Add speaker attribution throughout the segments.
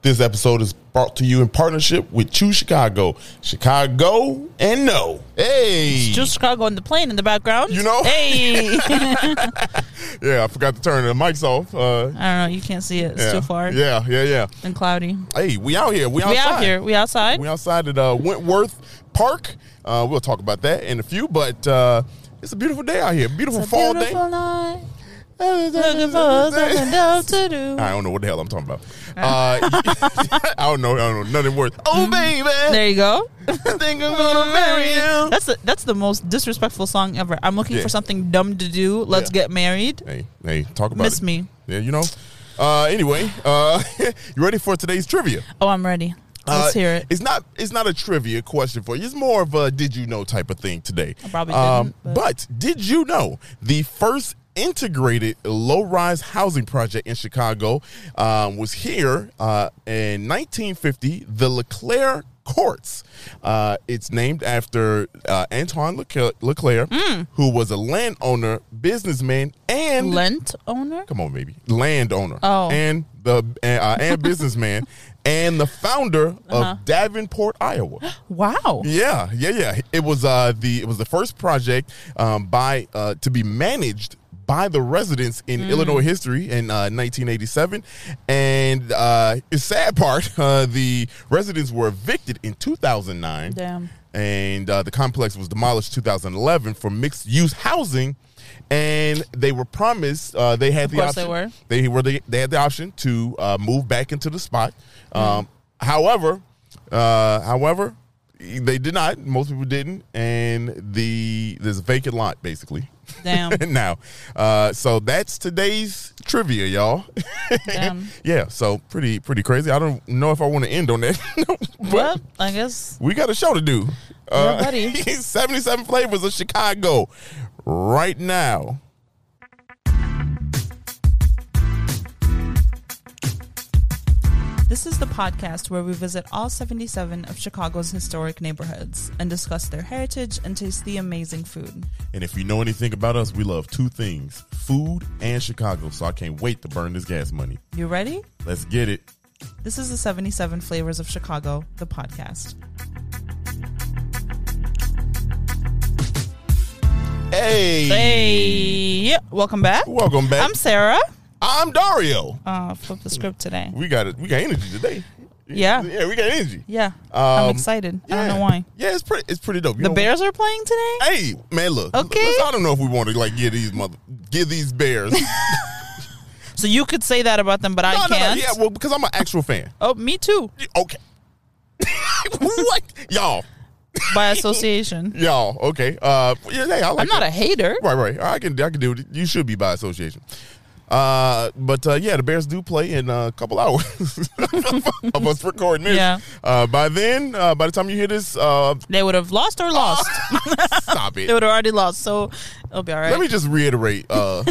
Speaker 1: This episode is brought to you in partnership with Choose Chicago. Chicago and no. Hey.
Speaker 2: Just Chicago on the plane in the background.
Speaker 1: E. You know?
Speaker 2: Hey. I
Speaker 1: yeah, I forgot to turn the mics off. Uh,
Speaker 2: don't know. You can't see it. It's
Speaker 1: yeah.
Speaker 2: too far
Speaker 1: Yeah, yeah, yeah.
Speaker 2: and cloudy.
Speaker 1: Hey, we out here. We outside.
Speaker 2: We out here. We outside.
Speaker 1: We outside at uh, Wentworth Park. Uh, we'll talk about that in a few, but uh, it's a beautiful day out here. Beautiful
Speaker 2: It's a
Speaker 1: fall
Speaker 2: beautiful
Speaker 1: day.
Speaker 2: night. Looking for
Speaker 1: I
Speaker 2: something else to do.
Speaker 1: don't know what the hell I'm talking about. Uh, I don't know. I don't know. Nothing worth. Oh baby,
Speaker 2: Mm. There you go.
Speaker 1: I think I'm gonna marry you.
Speaker 2: That's the, that's the most disrespectful song ever. I'm looking
Speaker 1: Yeah.
Speaker 2: for something dumb to do. Let's
Speaker 1: Yeah.
Speaker 2: get married.
Speaker 1: Hey, hey, talk about
Speaker 2: Miss
Speaker 1: it.
Speaker 2: me.
Speaker 1: Yeah, you know. Uh, anyway, uh, you ready for today's trivia?
Speaker 2: Oh, I'm ready. Let's
Speaker 1: Uh,
Speaker 2: hear it.
Speaker 1: It's not it's not a trivia question for you. It's more of a did you know type of thing today. Um,
Speaker 2: I probably didn't,
Speaker 1: but.
Speaker 2: but-
Speaker 1: did you know the first integrated low-rise housing project in Chicago um, was here uh, in 1950, the LeClaire Courts. Uh, it's named after uh, Antoine LeClaire, LeClaire
Speaker 2: Mm.
Speaker 1: who was a landowner, businessman, and
Speaker 2: Lent owner.
Speaker 1: come on, baby, landowner,
Speaker 2: Oh.
Speaker 1: and the uh, and businessman, and the founder
Speaker 2: Uh-huh.
Speaker 1: of Davenport, Iowa.
Speaker 2: Wow.
Speaker 1: Yeah, yeah, yeah. It was uh the it was the first project um by uh to be managed by the residents in
Speaker 2: Mm.
Speaker 1: Illinois history in uh, 1987, and uh, the sad part, uh, the residents were evicted in 2009.
Speaker 2: Damn.
Speaker 1: And uh, the complex was demolished 2011 for mixed use housing, and they were promised uh, they had the
Speaker 2: course they
Speaker 1: option
Speaker 2: were.
Speaker 1: they were the, they had the option to uh, move back into the spot.
Speaker 2: Hmm.
Speaker 1: Um, However, uh, however, they did not. Most people didn't, and the there's a vacant lot basically.
Speaker 2: Damn.
Speaker 1: now, uh, so that's today's trivia, y'all.
Speaker 2: Damn.
Speaker 1: yeah, so pretty pretty crazy. I don't know if I want to end on that, but
Speaker 2: Well, I guess
Speaker 1: we got a show to do. Uh,
Speaker 2: buddy.
Speaker 1: 77 flavors of Chicago right now.
Speaker 2: this is the podcast where we visit all 77 of Chicago's historic neighborhoods and discuss their heritage and taste the amazing food.
Speaker 1: And if you know anything about us, we love two things food and Chicago. So I can't wait to burn this gas money.
Speaker 2: You ready?
Speaker 1: Let's get it.
Speaker 2: This is the 77 Flavors of Chicago, the podcast.
Speaker 1: Hey.
Speaker 2: Hey, welcome back.
Speaker 1: Welcome back.
Speaker 2: I'm Sarah.
Speaker 1: I'm Dario.
Speaker 2: Uh, flip the script today.
Speaker 1: We got it. We got energy today.
Speaker 2: Yeah.
Speaker 1: Yeah, we got energy.
Speaker 2: Yeah,
Speaker 1: Um,
Speaker 2: I'm excited. I don't
Speaker 1: Yeah.
Speaker 2: know why.
Speaker 1: Yeah, it's pretty it's pretty dope. You
Speaker 2: The
Speaker 1: know-
Speaker 2: Bears are playing today.
Speaker 1: Hey, man, look.
Speaker 2: Okay.
Speaker 1: Let's- I don't know if we want to like give these mother give these bears.
Speaker 2: So you could say that about them, but I
Speaker 1: no, no, no.
Speaker 2: can't.
Speaker 1: Yeah, well, because I'm an actual fan.
Speaker 2: Oh, me too,
Speaker 1: Okay. what? Y'all.
Speaker 2: by association.
Speaker 1: Y'all. Okay. Uh yeah, hey, I like
Speaker 2: I'm not
Speaker 1: that.
Speaker 2: a hater.
Speaker 1: Right, right. I can I can do it. You should be by association. Uh, but uh, yeah, the Bears do play in a couple hours of us recording this.
Speaker 2: Yeah.
Speaker 1: Uh, by then, uh, by the time you hear this, uh,
Speaker 2: They would have lost or lost.
Speaker 1: stop
Speaker 2: they
Speaker 1: it.
Speaker 2: would have already lost, so it'll be all right.
Speaker 1: Let me just reiterate uh,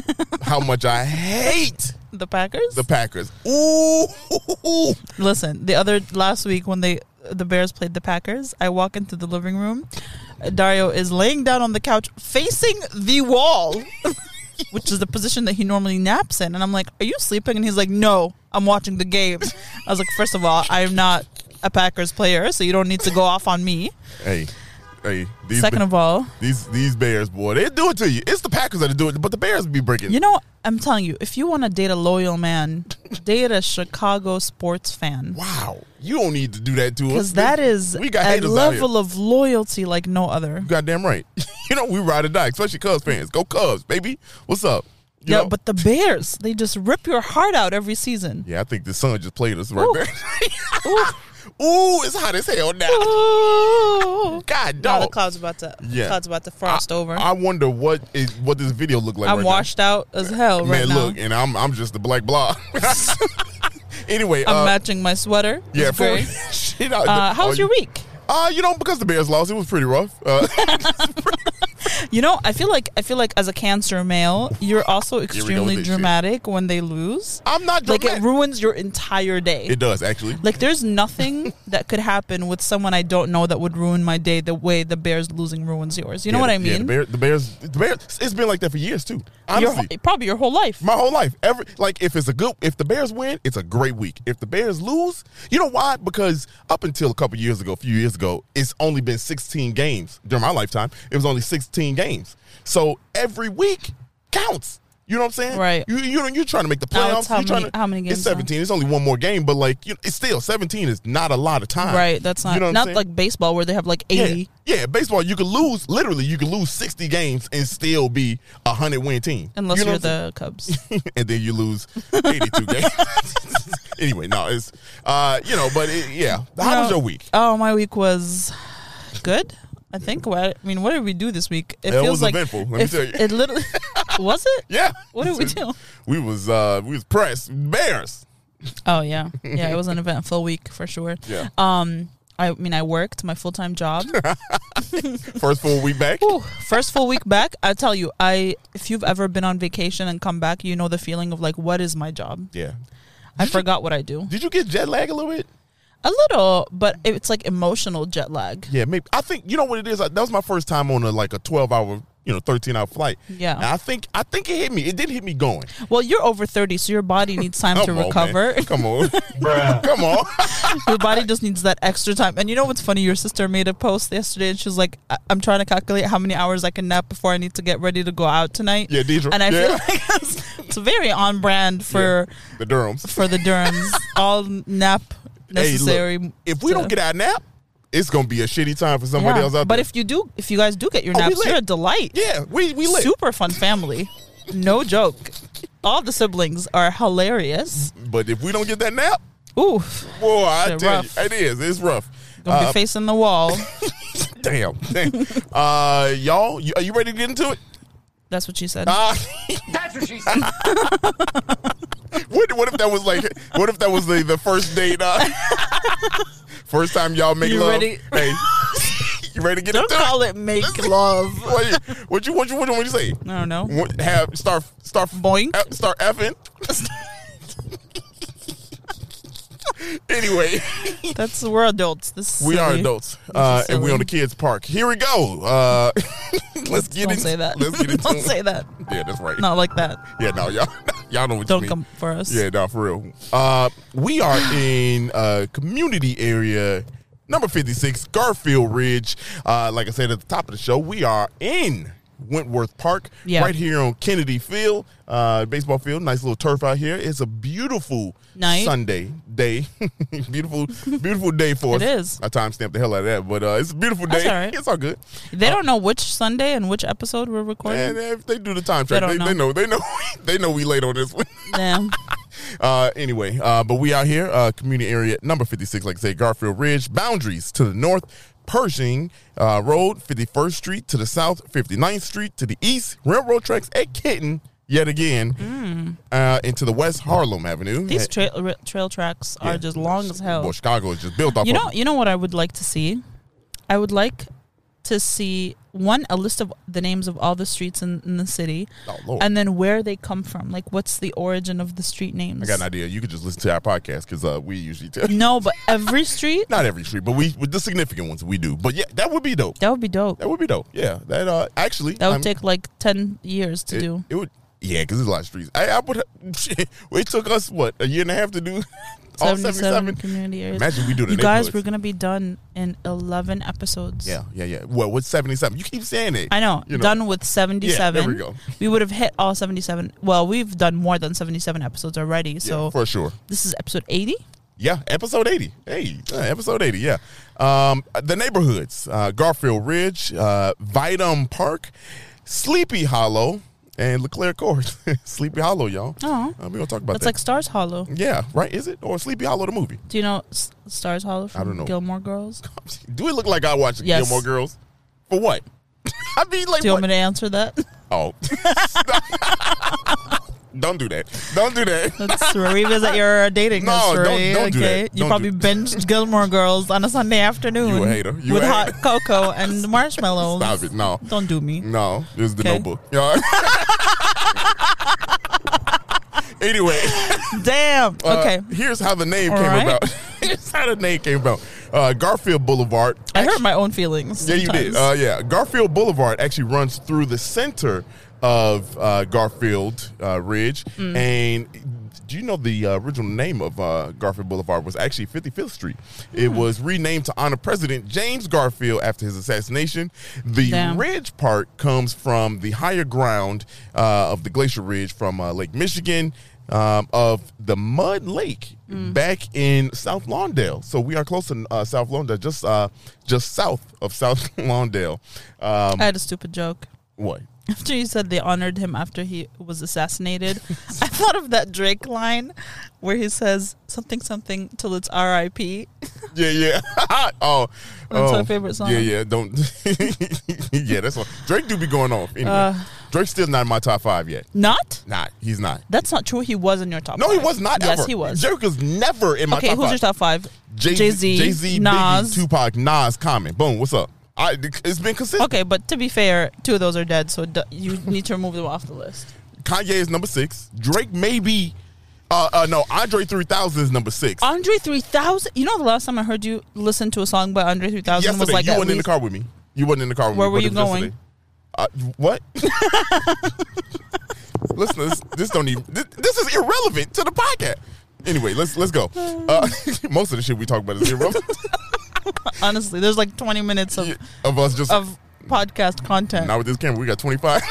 Speaker 1: how much I hate
Speaker 2: the Packers.
Speaker 1: the Packers. Ooh,
Speaker 2: Listen, the other last week when they the Bears played the Packers, I walk into the living room. Dario is laying down on the couch facing the wall, which is the position that he normally naps in. And I'm like, "Are you sleeping?" And he's like, "No, I'm watching the game." I was like, first of all, I'm not a Packers player, so you don't need to go off on me."
Speaker 1: hey, hey. These
Speaker 2: Second
Speaker 1: Be-
Speaker 2: of all,
Speaker 1: these these Bears, boy, they do it to you. It's the Packers that do it, but the Bears be breaking.
Speaker 2: you know, I'm telling you, if you want to date a loyal man, date a Chicago sports fan.
Speaker 1: wow, you don't need to do that to us.
Speaker 2: Because that is
Speaker 1: we got
Speaker 2: a
Speaker 1: haters out here.
Speaker 2: level of loyalty like no other.
Speaker 1: goddamn right. you know, we ride or die, especially Cubs fans. Go Cubs, baby. What's up? You
Speaker 2: Yeah,
Speaker 1: know?
Speaker 2: but the Bears, they just rip your heart out every season.
Speaker 1: yeah, I think the sun just played us right
Speaker 2: Ooh.
Speaker 1: there.
Speaker 2: Ooh.
Speaker 1: Ooh, it's hot as hell now.
Speaker 2: Ooh.
Speaker 1: God,
Speaker 2: Now the
Speaker 1: dog.
Speaker 2: clouds about to
Speaker 1: Yeah.
Speaker 2: clouds about to frost
Speaker 1: I,
Speaker 2: over. I,
Speaker 1: I wonder what is what this video look like.
Speaker 2: am
Speaker 1: right now.
Speaker 2: washed out as hell right
Speaker 1: Man,
Speaker 2: now.
Speaker 1: look, and I'm I'm just a black blob. anyway,
Speaker 2: I'm
Speaker 1: uh,
Speaker 2: matching my sweater.
Speaker 1: yeah,
Speaker 2: It's
Speaker 1: for,
Speaker 2: gray.
Speaker 1: shit. I-
Speaker 2: Uh, how
Speaker 1: oh,
Speaker 2: was your week?
Speaker 1: Uh, you know, because the Bears lost, it was pretty rough. Uh,
Speaker 2: You know, I feel like I feel like as a cancer male, you're also
Speaker 1: go with
Speaker 2: extremely
Speaker 1: this shit.
Speaker 2: dramatic when they lose.
Speaker 1: I'm not
Speaker 2: Like
Speaker 1: dramatic.
Speaker 2: it ruins your entire day.
Speaker 1: it does actually.
Speaker 2: like there's nothing that could happen with someone I don't know that would ruin my day the way the Bears losing ruins yours. You know
Speaker 1: Yeah,
Speaker 2: what I
Speaker 1: yeah, the,
Speaker 2: mean?
Speaker 1: Bear- the Bears, the Bears, it's been like that for years too.
Speaker 2: Your-
Speaker 1: Honestly,
Speaker 2: probably your whole life.
Speaker 1: my whole life. Every like, if it's a good, if the Bears win, it's a great week. If the Bears lose, you know why? Because up until a couple years ago, a few years ago, it's only been 16 games during my lifetime. It was only 16 games, so every week counts. You know what I'm saying?
Speaker 2: Right.
Speaker 1: You you know you're trying to make the
Speaker 2: Now it's
Speaker 1: playoffs.
Speaker 2: how
Speaker 1: you're trying
Speaker 2: many-
Speaker 1: to,
Speaker 2: how many games
Speaker 1: It's
Speaker 2: now?
Speaker 1: 17. It's only one more game, but like you, it's still 17 is not a lot of time.
Speaker 2: Right. That's not
Speaker 1: You know what I'm
Speaker 2: not
Speaker 1: saying?
Speaker 2: like baseball where they have like
Speaker 1: Yeah.
Speaker 2: eighty.
Speaker 1: Yeah, baseball, you could lose, literally, you could lose 60 games and still be a 100 win team.
Speaker 2: Unless
Speaker 1: you
Speaker 2: you
Speaker 1: know
Speaker 2: are
Speaker 1: what I'm
Speaker 2: the Cubs.
Speaker 1: saying? and then you lose 82 games. anyway, no, it's, uh, you know, but it, yeah. How was
Speaker 2: No.
Speaker 1: your week?
Speaker 2: Oh, my week was good. I think. Well, I mean, what did we do this week?
Speaker 1: It was eventful, let me
Speaker 2: if-
Speaker 1: tell you.
Speaker 2: It literally was it.
Speaker 1: Yeah.
Speaker 2: What did we do?
Speaker 1: We was, uh, we was pressed. Bears.
Speaker 2: Oh yeah, yeah. It was an eventful week for sure.
Speaker 1: Yeah.
Speaker 2: Um, I mean, I worked my full time job.
Speaker 1: First full week back.
Speaker 2: Whew. First full week back, I tell you, I if you've ever been on vacation and come back, you know the feeling of like, what is my job?
Speaker 1: Yeah.
Speaker 2: I
Speaker 1: Mm-hmm.
Speaker 2: forgot what I do.
Speaker 1: Did you get jet lag a little bit?
Speaker 2: A little, but it's like emotional jet lag.
Speaker 1: Yeah, maybe. I think you know what it is. I, that was my first time on a like a twelve hour, you know, thirteen hour flight.
Speaker 2: Yeah.
Speaker 1: and I think I think it hit me. It didn't hit me going.
Speaker 2: Well, you're over thirty, so your body needs time to
Speaker 1: Come on,
Speaker 2: recover.
Speaker 1: man. Come on, come on.
Speaker 2: Your body just needs that extra time. And you know what's funny? Your sister made a post yesterday and she was like, "I- I'm trying to calculate how many hours I can nap before I need to get ready to go out tonight.
Speaker 1: Yeah, Deidre.
Speaker 2: And I
Speaker 1: Yeah.
Speaker 2: feel like that's- it's very on brand for
Speaker 1: the Durhams.
Speaker 2: for the Durhams. All nap necessary.
Speaker 1: Hey, look, if we
Speaker 2: to-
Speaker 1: don't get our nap, it's gonna be a shitty time for somebody
Speaker 2: Yeah.
Speaker 1: else out
Speaker 2: But
Speaker 1: there.
Speaker 2: if you do, if you guys do get your
Speaker 1: Oh, we
Speaker 2: naps,
Speaker 1: lit.
Speaker 2: you're a delight.
Speaker 1: yeah, we we lit.
Speaker 2: Super fun family. no joke. All the siblings are hilarious.
Speaker 1: But if we don't get that nap,
Speaker 2: Ooh,
Speaker 1: boy, I
Speaker 2: Shit,
Speaker 1: tell
Speaker 2: rough.
Speaker 1: you, it is. It's rough.
Speaker 2: gonna
Speaker 1: Uh,
Speaker 2: be facing the wall.
Speaker 1: damn, damn. uh, y'all, you, are you ready to get into it?
Speaker 2: That's what she said.
Speaker 1: Uh,
Speaker 3: That's what she said.
Speaker 1: what, what if that was like? What if that was the, the first date? Uh, first time y'all make
Speaker 2: You
Speaker 1: love.
Speaker 2: ready?
Speaker 1: Hey, you ready to get
Speaker 2: Don't
Speaker 1: into it?
Speaker 2: call it make love.
Speaker 1: What you what you what you what you, what you say?
Speaker 2: I don't know.
Speaker 1: What, have start start
Speaker 2: Boink.
Speaker 1: F- start effing. anyway,
Speaker 2: That's we're adults. This is
Speaker 1: we are
Speaker 2: silly.
Speaker 1: adults, uh, and we
Speaker 2: silly.
Speaker 1: on the kids park. Here we go. Uh, let's get
Speaker 2: Don't
Speaker 1: in-
Speaker 2: say that.
Speaker 1: Let's get into
Speaker 2: Don't
Speaker 1: it.
Speaker 2: say that.
Speaker 1: Yeah, that's right.
Speaker 2: Not like that.
Speaker 1: Yeah, no, y'all y'all know what you
Speaker 2: Don't
Speaker 1: mean.
Speaker 2: come for us.
Speaker 1: Yeah, no, for real. Uh, we are in uh, community area number 56, Garfield Ridge. Uh, like I said at the top of the show, we are in Wentworth Park
Speaker 2: Yeah.
Speaker 1: right here on Kennedy Field, uh, baseball field. Nice little turf out here. It's a beautiful
Speaker 2: Night.
Speaker 1: Sunday day. beautiful, beautiful day for
Speaker 2: It
Speaker 1: us.
Speaker 2: is.
Speaker 1: I timestamped the hell out of that, but uh, it's a beautiful day.
Speaker 2: That's all right.
Speaker 1: It's all good.
Speaker 2: They don't know which Sunday and which episode we're recording.
Speaker 1: And if Uh, they do the time track,
Speaker 2: don't
Speaker 1: they, they know. They know. They know we late on this one.
Speaker 2: Damn.
Speaker 1: Uh, anyway, uh, but we out here, uh, community area number 56, like I say, Garfield Ridge, boundaries to the north, Pershing uh, Road, 51st Street to the south, 59th Street to the east, railroad tracks at Kitten, yet again, uh, into the west, Harlem Avenue.
Speaker 2: Mm. These
Speaker 1: And-
Speaker 2: trail ra- trail tracks are
Speaker 1: yeah.
Speaker 2: just long as
Speaker 1: Boy,
Speaker 2: hell.
Speaker 1: Chicago is just built off
Speaker 2: You
Speaker 1: of
Speaker 2: know, you know what I would like to see. I would like to see one a list of the names of all the streets in, in the city,
Speaker 1: Oh, Lord.
Speaker 2: and then where they come from. Like, what's the origin of the street names?
Speaker 1: I got an idea. You could just listen to our podcast because uh, we usually tell
Speaker 2: no, but every street
Speaker 1: not every street, but we with the significant ones we do. But yeah, that would be dope.
Speaker 2: that would be dope.
Speaker 1: That would be dope. Yeah, that uh, actually
Speaker 2: That would
Speaker 1: I'm-
Speaker 2: take like ten years to
Speaker 1: it,
Speaker 2: do.
Speaker 1: It would, yeah, because there's a lot of streets. I, I would, shit, it took us what a year and a half to do all
Speaker 2: 77
Speaker 1: seventy-seven.
Speaker 2: community areas.
Speaker 1: Imagine we do the
Speaker 2: You guys,
Speaker 1: neighborhoods.
Speaker 2: we're gonna be done in eleven episodes.
Speaker 1: yeah, yeah, yeah. Well, what's seventy-seven? You keep saying it.
Speaker 2: I know.
Speaker 1: You
Speaker 2: Done with seventy-seven.
Speaker 1: Yeah, there we go.
Speaker 2: We would have hit all seventy-seven. Well, we've done more than seventy-seven episodes already.
Speaker 1: Yeah,
Speaker 2: So
Speaker 1: for sure.
Speaker 2: this is episode eighty.
Speaker 1: Yeah, episode 80. Hey, uh, episode 80, yeah. Um, the neighborhoods uh, Garfield Ridge, uh, Vitam Park, Sleepy Hollow, and LeClaire Court. Sleepy Hollow, y'all.
Speaker 2: Aw.
Speaker 1: Uh, we don't talk about
Speaker 2: Oh. That's
Speaker 1: that.
Speaker 2: like Stars Hollow.
Speaker 1: yeah, right? Is it? Or Sleepy Hollow, the movie.
Speaker 2: Do you know S- Stars Hollow from
Speaker 1: don't know.
Speaker 2: Gilmore Girls?
Speaker 1: Do it look like I watched
Speaker 2: Yes.
Speaker 1: Gilmore Girls? For what? I mean, like,
Speaker 2: Do you
Speaker 1: what?
Speaker 2: want me to answer that?
Speaker 1: Oh. Don't do that. Don't do that.
Speaker 2: Let's revisit your dating
Speaker 1: No, don't-
Speaker 2: history.
Speaker 1: don't do
Speaker 2: okay,
Speaker 1: that.
Speaker 2: you
Speaker 1: Don't
Speaker 2: probably
Speaker 1: do-
Speaker 2: binged Gilmore Girls on a Sunday afternoon
Speaker 1: You a hater. You
Speaker 2: with
Speaker 1: a
Speaker 2: hot
Speaker 1: hater.
Speaker 2: cocoa and marshmallows.
Speaker 1: Stop it. No.
Speaker 2: Don't do me.
Speaker 1: No, it was the
Speaker 2: Okay.
Speaker 1: notebook. Yeah. anyway,
Speaker 2: Damn.
Speaker 1: uh,
Speaker 2: okay,
Speaker 1: Here's how the name
Speaker 2: All
Speaker 1: came
Speaker 2: right.
Speaker 1: about. here's how the name came about. Uh, Garfield Boulevard.
Speaker 2: I hurt my own feelings.
Speaker 1: Yeah, you
Speaker 2: sometimes.
Speaker 1: did. Uh, yeah, Garfield Boulevard actually runs through the center of uh, Garfield uh, Ridge, and do you know the uh, original name of uh, Garfield Boulevard was actually 55th Street? It was renamed to honor President James Garfield after his assassination. The
Speaker 2: Damn.
Speaker 1: ridge part comes from the higher ground uh, of the Glacier Ridge from uh, Lake Michigan. Um, of the Mud Lake
Speaker 2: Mm.
Speaker 1: back in South Lawndale, so we are close to uh, South Lawndale, just uh, just south of South Lawndale. Um,
Speaker 2: I had a stupid joke.
Speaker 1: what?
Speaker 2: After you said they honored him after he was assassinated, I thought of that Drake line where he says something something till it's R.I.P.
Speaker 1: Yeah, yeah. oh, oh.
Speaker 2: That's my favorite song.
Speaker 1: Yeah, yeah. Don't. yeah, that's what Drake do be going off. Anyway,
Speaker 2: Uh.
Speaker 1: Drake's still not in my top five yet.
Speaker 2: Not?
Speaker 1: Not. He's not.
Speaker 2: That's not true. He was in your top.
Speaker 1: No, he
Speaker 2: five.
Speaker 1: was not.
Speaker 2: Yes,
Speaker 1: ever.
Speaker 2: he was.
Speaker 1: Drake was never in my
Speaker 2: okay,
Speaker 1: top
Speaker 2: who's
Speaker 1: five.
Speaker 2: your top five?
Speaker 1: Jay Z, Jay Z,
Speaker 2: Jay-Z Nas.
Speaker 1: Biggie, Tupac, Nas, Common. Boom. What's up? I, it's been consistent.
Speaker 2: Okay, but to be fair, two of those are dead, so d- you need to remove them off the list.
Speaker 1: Kanye is number six. Drake maybe. Uh, uh, no, Andre 3000 is number six.
Speaker 2: Andre 3000. You know, the last time I heard you listen to a song by Andre 3000
Speaker 1: yesterday,
Speaker 2: was like
Speaker 1: you
Speaker 2: at
Speaker 1: weren't in the
Speaker 2: least-
Speaker 1: car with me. You weren't in the car with
Speaker 2: Where
Speaker 1: me.
Speaker 2: were
Speaker 1: but
Speaker 2: you
Speaker 1: it was
Speaker 2: going?
Speaker 1: yesterday. Uh, what? Listeners, this don't even. This, this is irrelevant to the podcast. Anyway, let's let's go. Uh, most of the shit we talk about is irrelevant
Speaker 2: Honestly, there's like 20 minutes of,
Speaker 1: of us just.
Speaker 2: of podcast content.
Speaker 1: now with this camera, we got twenty five.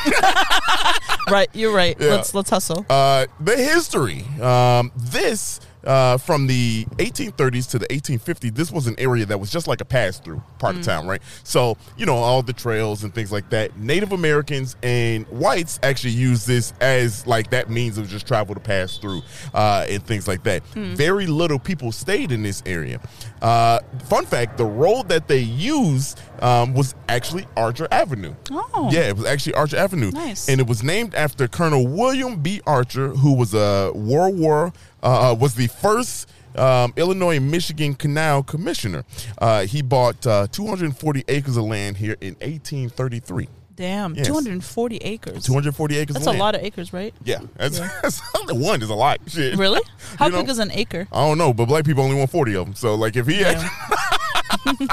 Speaker 2: Right, you're right.
Speaker 1: Yeah.
Speaker 2: Let's let's hustle.
Speaker 1: Uh, the history. Um, this uh, from the 1830s to the 1850s. This was an area that was just like a pass through part of town, right? So you know all the trails and things like that. Native Americans and whites actually use this as like that means of just travel to pass through uh, and things like that. Very little people stayed in this area. Uh, fun fact: the road that they used um, was actually Archer Avenue.
Speaker 2: Oh.
Speaker 1: yeah, it was actually Archer Avenue.
Speaker 2: Nice.
Speaker 1: And and it was named after Colonel William B. Archer, who was a World War uh, uh, was the first um, Illinois and Michigan Canal Commissioner. Uh, he bought uh, 240 acres of land here in 1833.
Speaker 2: Damn,
Speaker 1: Yes.
Speaker 2: 240 acres.
Speaker 1: 240 acres.
Speaker 2: That's
Speaker 1: of
Speaker 2: a
Speaker 1: land.
Speaker 2: lot of acres, right?
Speaker 1: Yeah, that's,
Speaker 2: Yeah.
Speaker 1: that's one is a lot. Shit.
Speaker 2: Really? How
Speaker 1: You know?
Speaker 2: big is an acre?
Speaker 1: I don't know, but black people only want 40 of them. So like, if he had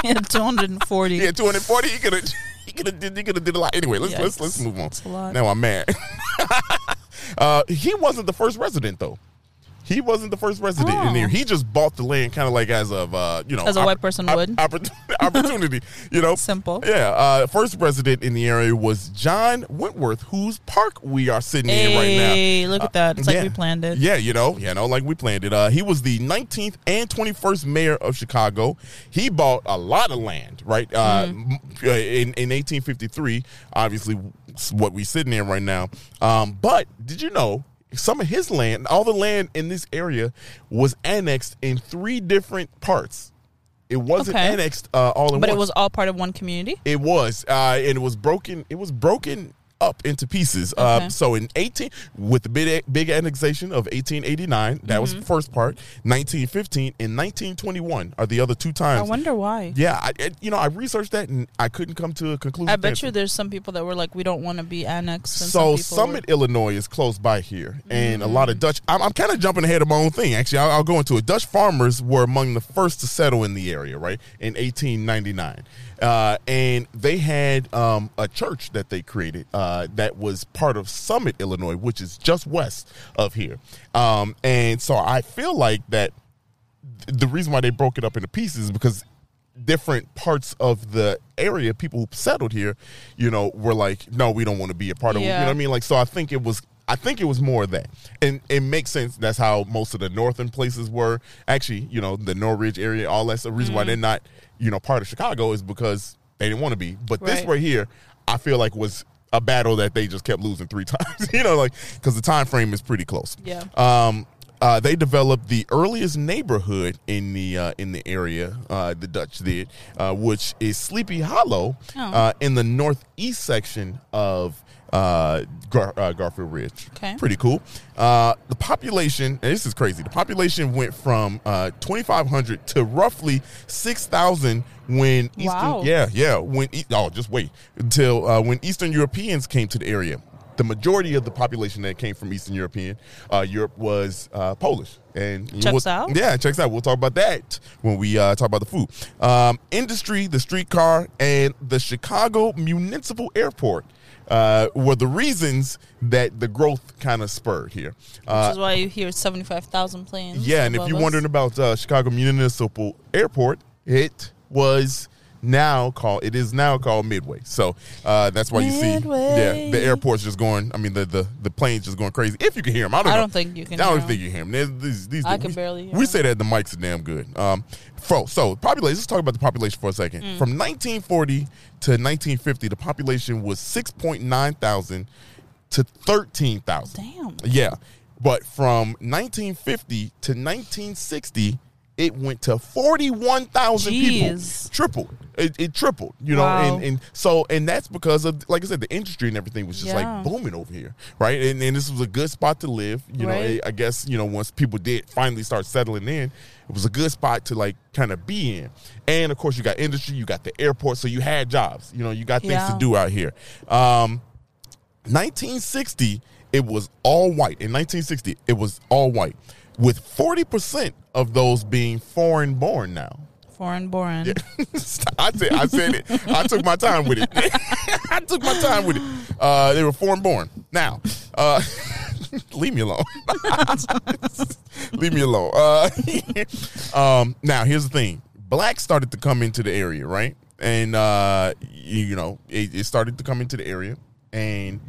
Speaker 2: yeah, 240.
Speaker 1: Yeah, 240. He could have. He could have. Did, he could have did a lot. Anyway, let's let's
Speaker 2: Yikes.
Speaker 1: let's move on.
Speaker 2: That's a lot.
Speaker 1: Now I'm mad. uh, he wasn't the first resident though. He wasn't the first resident
Speaker 2: Oh.
Speaker 1: in here. He just bought the land, kind of like as of uh, you know,
Speaker 2: As a
Speaker 1: oppor-
Speaker 2: white person
Speaker 1: opp-
Speaker 2: would.
Speaker 1: oppor- opportunity. you know,
Speaker 2: Simple.
Speaker 1: Yeah. Uh, first resident in the area was John Wentworth, whose park we are sitting in right now.
Speaker 2: Hey, look at that. It's like
Speaker 1: Yeah.
Speaker 2: we planned it.
Speaker 1: Yeah, you know, you know, like we planned it. Uh, he was the 19th and 21st mayor of Chicago. He bought a lot of land, right? Uh,
Speaker 2: Mm-hmm.
Speaker 1: m- uh, in, in 1853, obviously, it's what we sitting in right now. Um, but did you know some of his land, all the land in this area, was annexed in three different parts. It wasn't
Speaker 2: Okay.
Speaker 1: annexed uh, all in
Speaker 2: But
Speaker 1: one.
Speaker 2: it was all part of one community?
Speaker 1: It was, uh, and it was broken. It was broken up into pieces.
Speaker 2: Okay.
Speaker 1: Um, so in eighteen, with the big big annexation of eighteen eighty nine, that
Speaker 2: Mm-hmm.
Speaker 1: was the first part. Nineteen fifteen and nineteen twenty one are the other two
Speaker 2: I
Speaker 1: times.
Speaker 2: wonder why.
Speaker 1: yeah, I, it- you know, I researched that and I couldn't come to a conclusion.
Speaker 2: I bet
Speaker 1: answer.
Speaker 2: you there's some people that were like, we don't want to be annexed. And
Speaker 1: So
Speaker 2: some people Mm. were-
Speaker 1: Summit, Illinois, is close by here, and a lot of Dutch. I'm, I'm kind of jumping ahead of my own thing. Actually, I'll, I'll go into it. Dutch farmers were among the first to settle in the area, right in 1899, uh, and they had um, a church that they created uh, that was part of Summit, Illinois, which is just west of here. Um, and so I feel like that the reason why they broke it up into pieces is because different parts of the area, people who settled here, you know, were like, no, we don't want to be a part of. it. You know
Speaker 2: Yeah.
Speaker 1: what I mean? Like, so I think it was. I think it was more of that, and it makes sense. That's how most of the northern places were. Actually, you know, the Norridge area, all that's the reason
Speaker 2: Mm.
Speaker 1: why they're not, you know, part of Chicago is because they didn't want to be. But this
Speaker 2: Right.
Speaker 1: right here, I feel like was a battle that they just kept losing three times. you know, like because the time frame is pretty close.
Speaker 2: Yeah.
Speaker 1: Um, uh, they developed the earliest neighborhood in the uh, in the area. Uh, the Dutch did, uh, which is Sleepy Hollow,
Speaker 2: Oh.
Speaker 1: uh, in the northeast section of uh, Gar- uh, Garfield Ridge.
Speaker 2: Okay.
Speaker 1: Pretty cool. Uh, the population, and this is crazy, the population went from uh, 2,500 to roughly 6,000 when Eastern,
Speaker 2: Wow.
Speaker 1: yeah, yeah, when, E- oh, just wait, until uh, when Eastern Europeans came to the area. The majority of the population that came from Eastern European, uh, Europe was uh, Polish, and you
Speaker 2: Checks
Speaker 1: will-
Speaker 2: out.
Speaker 1: yeah, checks out. We'll talk about that when we uh, talk about the food. Um, industry, the streetcar, and the Chicago Municipal Airport uh, were the reasons that the growth kind of spurred here. Uh,
Speaker 2: Which is why you hear 75,000 planes.
Speaker 1: yeah, and if
Speaker 2: above
Speaker 1: you're
Speaker 2: us.
Speaker 1: wondering about uh, Chicago Municipal Airport, it was now called it is now called Midway. So uh, that's why you see, yeah,
Speaker 2: Midway.
Speaker 1: the airport's just going. I mean, the the, the plane's just going crazy. If you can hear them, I don't.
Speaker 2: I
Speaker 1: know.
Speaker 2: don't think you can
Speaker 1: I don't
Speaker 2: hear 'em.
Speaker 1: think you can hear them. There's these, these
Speaker 2: I
Speaker 1: we,
Speaker 2: can barely hear
Speaker 1: We
Speaker 2: 'em.
Speaker 1: say that the mics are damn good. Um, fro, so population. Let's talk about the population for a second.
Speaker 2: Mm.
Speaker 1: From 1940 to 1950, the population was 6.9 thousand to 13 thousand.
Speaker 2: Damn.
Speaker 1: Yeah. But from 1950 to 1960, it went to 41,000 people.
Speaker 2: Jeez.
Speaker 1: Tripled. It, it tripled, you know,
Speaker 2: Wow.
Speaker 1: and, and so, and that's because of, like I said, the industry and everything was just
Speaker 2: Yeah.
Speaker 1: like booming over here, right? And, and this was a good spot to live, you know.
Speaker 2: Right.
Speaker 1: I guess, you know, once people did finally start settling in, it was a good spot to like kind of be in. And of course, you got industry, you got the airport, so you had jobs, you know, you got things to
Speaker 2: Yeah.
Speaker 1: do out here. Um, 1960, it was all white. In 1960, it was all white, with 40% of those being foreign born now.
Speaker 2: Foreign born.
Speaker 1: I said, I said it. I took my time with it. I took my time with it. Uh, they were foreign born. Now, uh, leave me alone. leave me alone. Uh, um, now, here's the thing: blacks started to come into the area, right? And uh, you, you know, it, it started to come into the area, and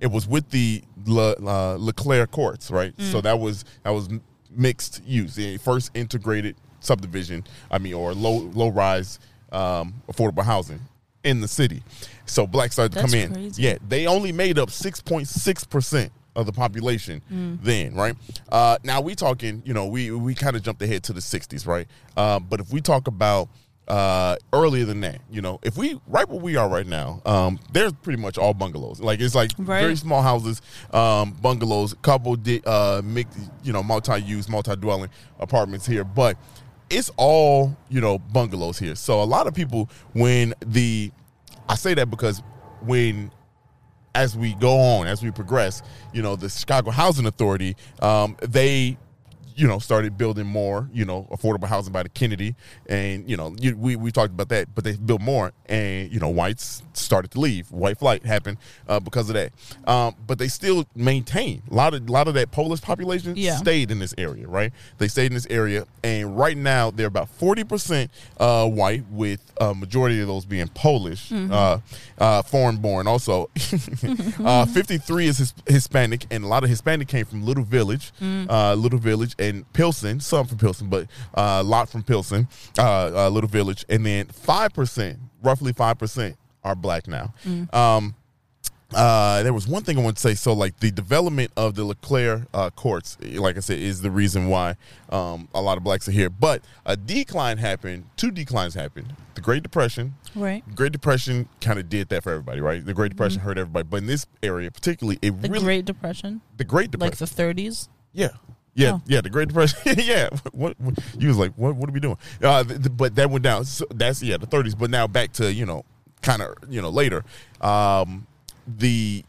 Speaker 1: it was with the Le, uh, Leclerc courts, right? So
Speaker 2: Mm.
Speaker 1: that was that was mixed use, the first integrated subdivision. I mean, or low low rise um, affordable housing in the city. So blacks started
Speaker 2: That's
Speaker 1: to come in.
Speaker 2: crazy.
Speaker 1: Yeah, yeah, they only made up 6.6% of the population then, right? Uh, now we talking, you know, we, we kind of jumped ahead to the 60s, right? Uh, but if we talk about uh, earlier than that, you know, if we, right where we are right now, um, they're pretty much all bungalows. Like it's like
Speaker 2: Right.
Speaker 1: very small houses, um, bungalows, couple, di- uh, mix, you know, multi-use, multi-dwelling apartments here, but it's all, you know, bungalows here. So a lot of people, when the, I say that because when as we go on, as we progress, you know, the Chicago Housing Authority, um, they, you know, started building more, you know, affordable housing by the Kennedy. And, you know, you, we, we talked about that, but they built more and, you know, whites started to leave. White flight happened uh, because of that. Um, but they still maintain a lot of, lot of that Polish population
Speaker 2: Yeah.
Speaker 1: stayed in this area, right? They stayed in this area. And right now they're about 40% uh, white with a majority of those being Polish, uh, uh, foreign born also. Uh, 53 is his, Hispanic, and a lot of Hispanic came from Little Village, uh, Little Village, and Pilsen. Some from Pilsen, but uh, a lot from Pilsen, uh, uh, Little Village, and then five percent, roughly five percent, are black now. Um, uh, there was one thing I want to say. So, like the development of the Leclerc uh, courts, like I said, is the reason why um, a lot of blacks are here. But a decline happened. Two declines happened. The Great Depression,
Speaker 2: Right.
Speaker 1: Great Depression kind of did that for everybody, right? The Great Depression hurt everybody, but in this area particularly, it
Speaker 2: Mm-hmm. The
Speaker 1: really
Speaker 2: Great Depression.
Speaker 1: the Great
Speaker 2: Like
Speaker 1: Depression,
Speaker 2: the 30s.
Speaker 1: yeah, yeah,
Speaker 2: Oh.
Speaker 1: yeah, the Great Depression, yeah. What, what you was like, what, what are we doing? Uh, th- th- but that went down. So that's yeah, the 30s, but now back to you know, kind of you know later, um, the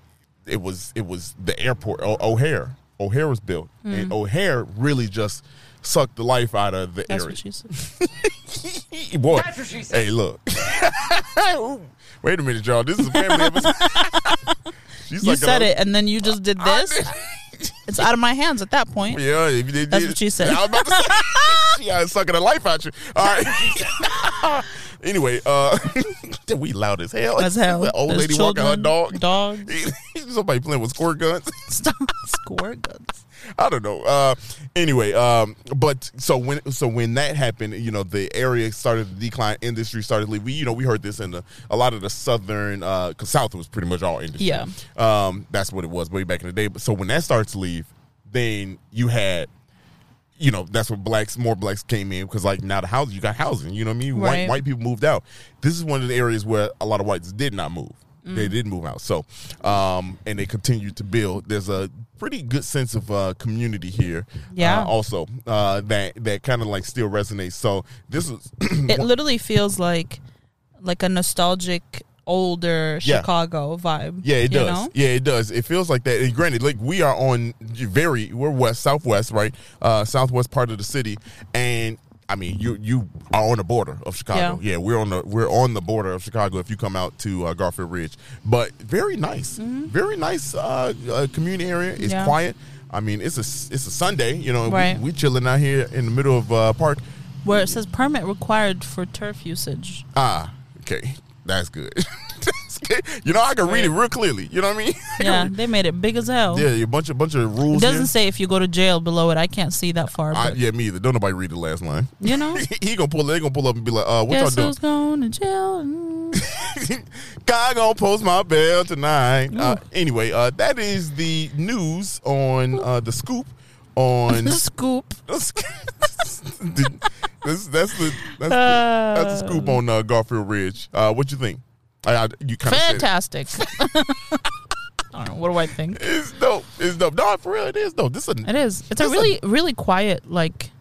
Speaker 1: it was it was the airport o- O'Hare. O'Hare was built,
Speaker 2: Mm.
Speaker 1: and O'Hare really just sucked the life out of the area.
Speaker 2: That's
Speaker 1: E,
Speaker 2: what she said.
Speaker 1: Boy,
Speaker 3: That's what she said.
Speaker 1: hey, look. Ooh, Wait a minute, y'all. This is a family episode. She's
Speaker 2: You
Speaker 1: like,
Speaker 2: said
Speaker 1: uh,
Speaker 2: it, and then you just did
Speaker 1: I
Speaker 2: this. It's out of my hands at that point.
Speaker 1: Yeah, if you did,
Speaker 2: That's what she said.
Speaker 1: I was about to say. she got sucking the life out you. All right. anyway, uh, we loud as hell.
Speaker 2: As hell.
Speaker 1: The old
Speaker 2: There's
Speaker 1: lady walking her dog.
Speaker 2: children, Dogs.
Speaker 1: Somebody playing with squirt guns.
Speaker 2: Stop. Squirt guns.
Speaker 1: I don't know. Uh, anyway, um, but so when so when that happened, you know, the area started to decline. Industry started to leave. We you know we heard this in the, a lot of the southern uh, 'cause south was pretty much all industry.
Speaker 2: Yeah.
Speaker 1: um, that's what it was way back in the day. But so when that starts to leave, then you had. You know, that's when blacks, more blacks came in because, like, now the housing, you got housing. You know what I mean? White,
Speaker 2: Right.
Speaker 1: white people moved out. This is one of the areas where a lot of whites did not move. They did move out. So, um, and they continue to build. There's a pretty good sense of uh, community here.
Speaker 2: Yeah.
Speaker 1: Uh, also, uh, that that kind of like still resonates. So this is
Speaker 2: It literally feels like like a nostalgic older
Speaker 1: Yeah.
Speaker 2: Chicago vibe.
Speaker 1: Yeah, it
Speaker 2: you
Speaker 1: does.
Speaker 2: know?
Speaker 1: Yeah, it does. It feels like that. And granted, like we are on very we're west southwest, right? Uh southwest part of the city and I mean, you you are on the border of Chicago. Yeah, we're on the we're on the border of Chicago if you come out to uh, Garfield Ridge. But very nice, very nice uh, uh, community area. It's
Speaker 2: Mm-hmm. Yeah.
Speaker 1: quiet. I mean, it's a s- it's a Sunday. You know,
Speaker 2: Right.
Speaker 1: we, we chilling out here in the middle of uh, park.
Speaker 2: Where it says permit required for turf usage.
Speaker 1: Ah, okay, that's good. That's good. You know, I can read it real clearly. You know what I mean?
Speaker 2: Yeah, they made it big as hell.
Speaker 1: Yeah, a bunch of bunch of rules.
Speaker 2: It
Speaker 1: here.
Speaker 2: doesn't say if you go to jail below it. I can't see that far.
Speaker 1: I,
Speaker 2: But,
Speaker 1: yeah, me either. Don't nobody read the last line.
Speaker 2: You know?
Speaker 1: he gonna pull. They gonna pull up and be like, "Uh, what
Speaker 2: Guess
Speaker 1: y'all
Speaker 2: who's going to jail? Mm.
Speaker 1: doing?" God gonna post my bail tonight. Uh,
Speaker 2: Ooh.
Speaker 1: anyway, uh, that is the news on uh, the scoop on.
Speaker 2: Scoop.
Speaker 1: that's, that's the that's, the, that's the
Speaker 2: Uh.
Speaker 1: scoop on uh, Garfield Ridge. Uh, what you think? I, I, you kind of
Speaker 2: Fantastic. I don't know. What do I think?
Speaker 1: It's dope. It's dope. No, for real, it is dope. This is a,
Speaker 2: It is. It's a
Speaker 1: Listen.
Speaker 2: really, really quiet, like,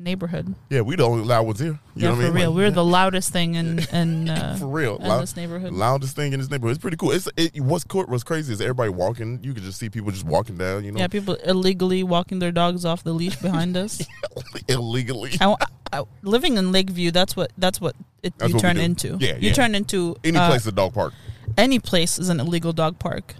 Speaker 2: neighborhood.
Speaker 1: yeah. We the only loud ones here. You
Speaker 2: yeah,
Speaker 1: know
Speaker 2: for
Speaker 1: what I mean?
Speaker 2: real.
Speaker 1: Like,
Speaker 2: We're the loudest thing in, in, uh,
Speaker 1: for real.
Speaker 2: in
Speaker 1: Loud-
Speaker 2: this neighborhood.
Speaker 1: Loudest thing in this neighborhood. It's pretty cool. It's it, what's cool, what's crazy is everybody walking. You could just see people just walking down. You know,
Speaker 2: Yeah, people illegally walking their dogs off the leash behind us.
Speaker 1: illegally.
Speaker 2: I, wa- I- living in Lakeview, that's what that's what it,
Speaker 1: That's
Speaker 2: you
Speaker 1: what we
Speaker 2: turn
Speaker 1: do.
Speaker 2: into.
Speaker 1: Yeah,
Speaker 2: you
Speaker 1: yeah.
Speaker 2: turn into
Speaker 1: Any
Speaker 2: uh,
Speaker 1: place a dog park.
Speaker 2: Any place is an illegal dog park.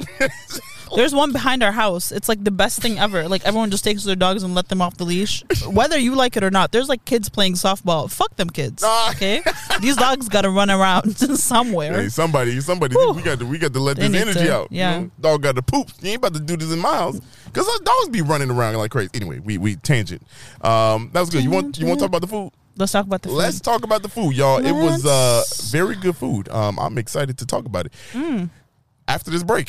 Speaker 2: There's one behind our house. It's like the best thing ever. Like everyone just takes their dogs and let them off the leash, whether you like it or not. There's like kids playing softball. Fuck them kids.
Speaker 1: Ah.
Speaker 2: Okay, these dogs got to run around somewhere.
Speaker 1: Hey, somebody, somebody,
Speaker 2: Whew.
Speaker 1: we got to, we got to let
Speaker 2: They
Speaker 1: this
Speaker 2: need
Speaker 1: energy
Speaker 2: to-
Speaker 1: out. you
Speaker 2: yeah.
Speaker 1: know? dog got to poop. You ain't about to do this in miles because dogs be running around like crazy. Anyway, we we tangent. Um, that was good. You want you want to talk about the food?
Speaker 2: Let's talk about the food.
Speaker 1: Let's talk about the food, y'all. It was uh,
Speaker 2: Let's- Mm.
Speaker 1: very good food. Um, I'm excited to talk about it after this break.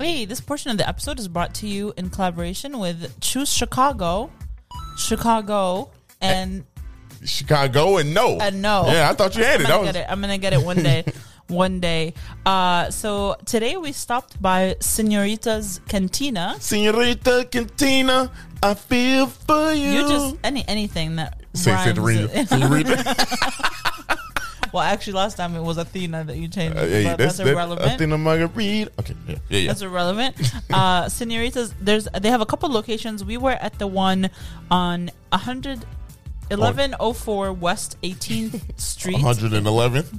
Speaker 2: Hey, this portion of the episode is brought to you in collaboration with Choose Chicago, Chicago, and
Speaker 1: Chicago and no.
Speaker 2: And no.
Speaker 1: Yeah, I thought you had
Speaker 2: I'm
Speaker 1: it.
Speaker 2: gonna
Speaker 1: That was,
Speaker 2: get it. I'm gonna get it one day. one day. Uh, so today we stopped by Senorita's Cantina.
Speaker 1: Senorita Cantina, I feel for you.
Speaker 2: You just any anything that
Speaker 1: Say
Speaker 2: rhymes.
Speaker 1: Senorita. Senorita.
Speaker 2: well, actually, last time it was Athena that you changed.
Speaker 1: Uh, hey,
Speaker 2: but
Speaker 1: that's,
Speaker 2: that's,
Speaker 1: that,
Speaker 2: irrelevant.
Speaker 1: Athena Margarita. Okay, yeah, yeah, yeah.
Speaker 2: That's irrelevant. Uh, Senoritas, there's they have a couple locations. We were at the one on 11104 West 18th Street.
Speaker 1: 111th.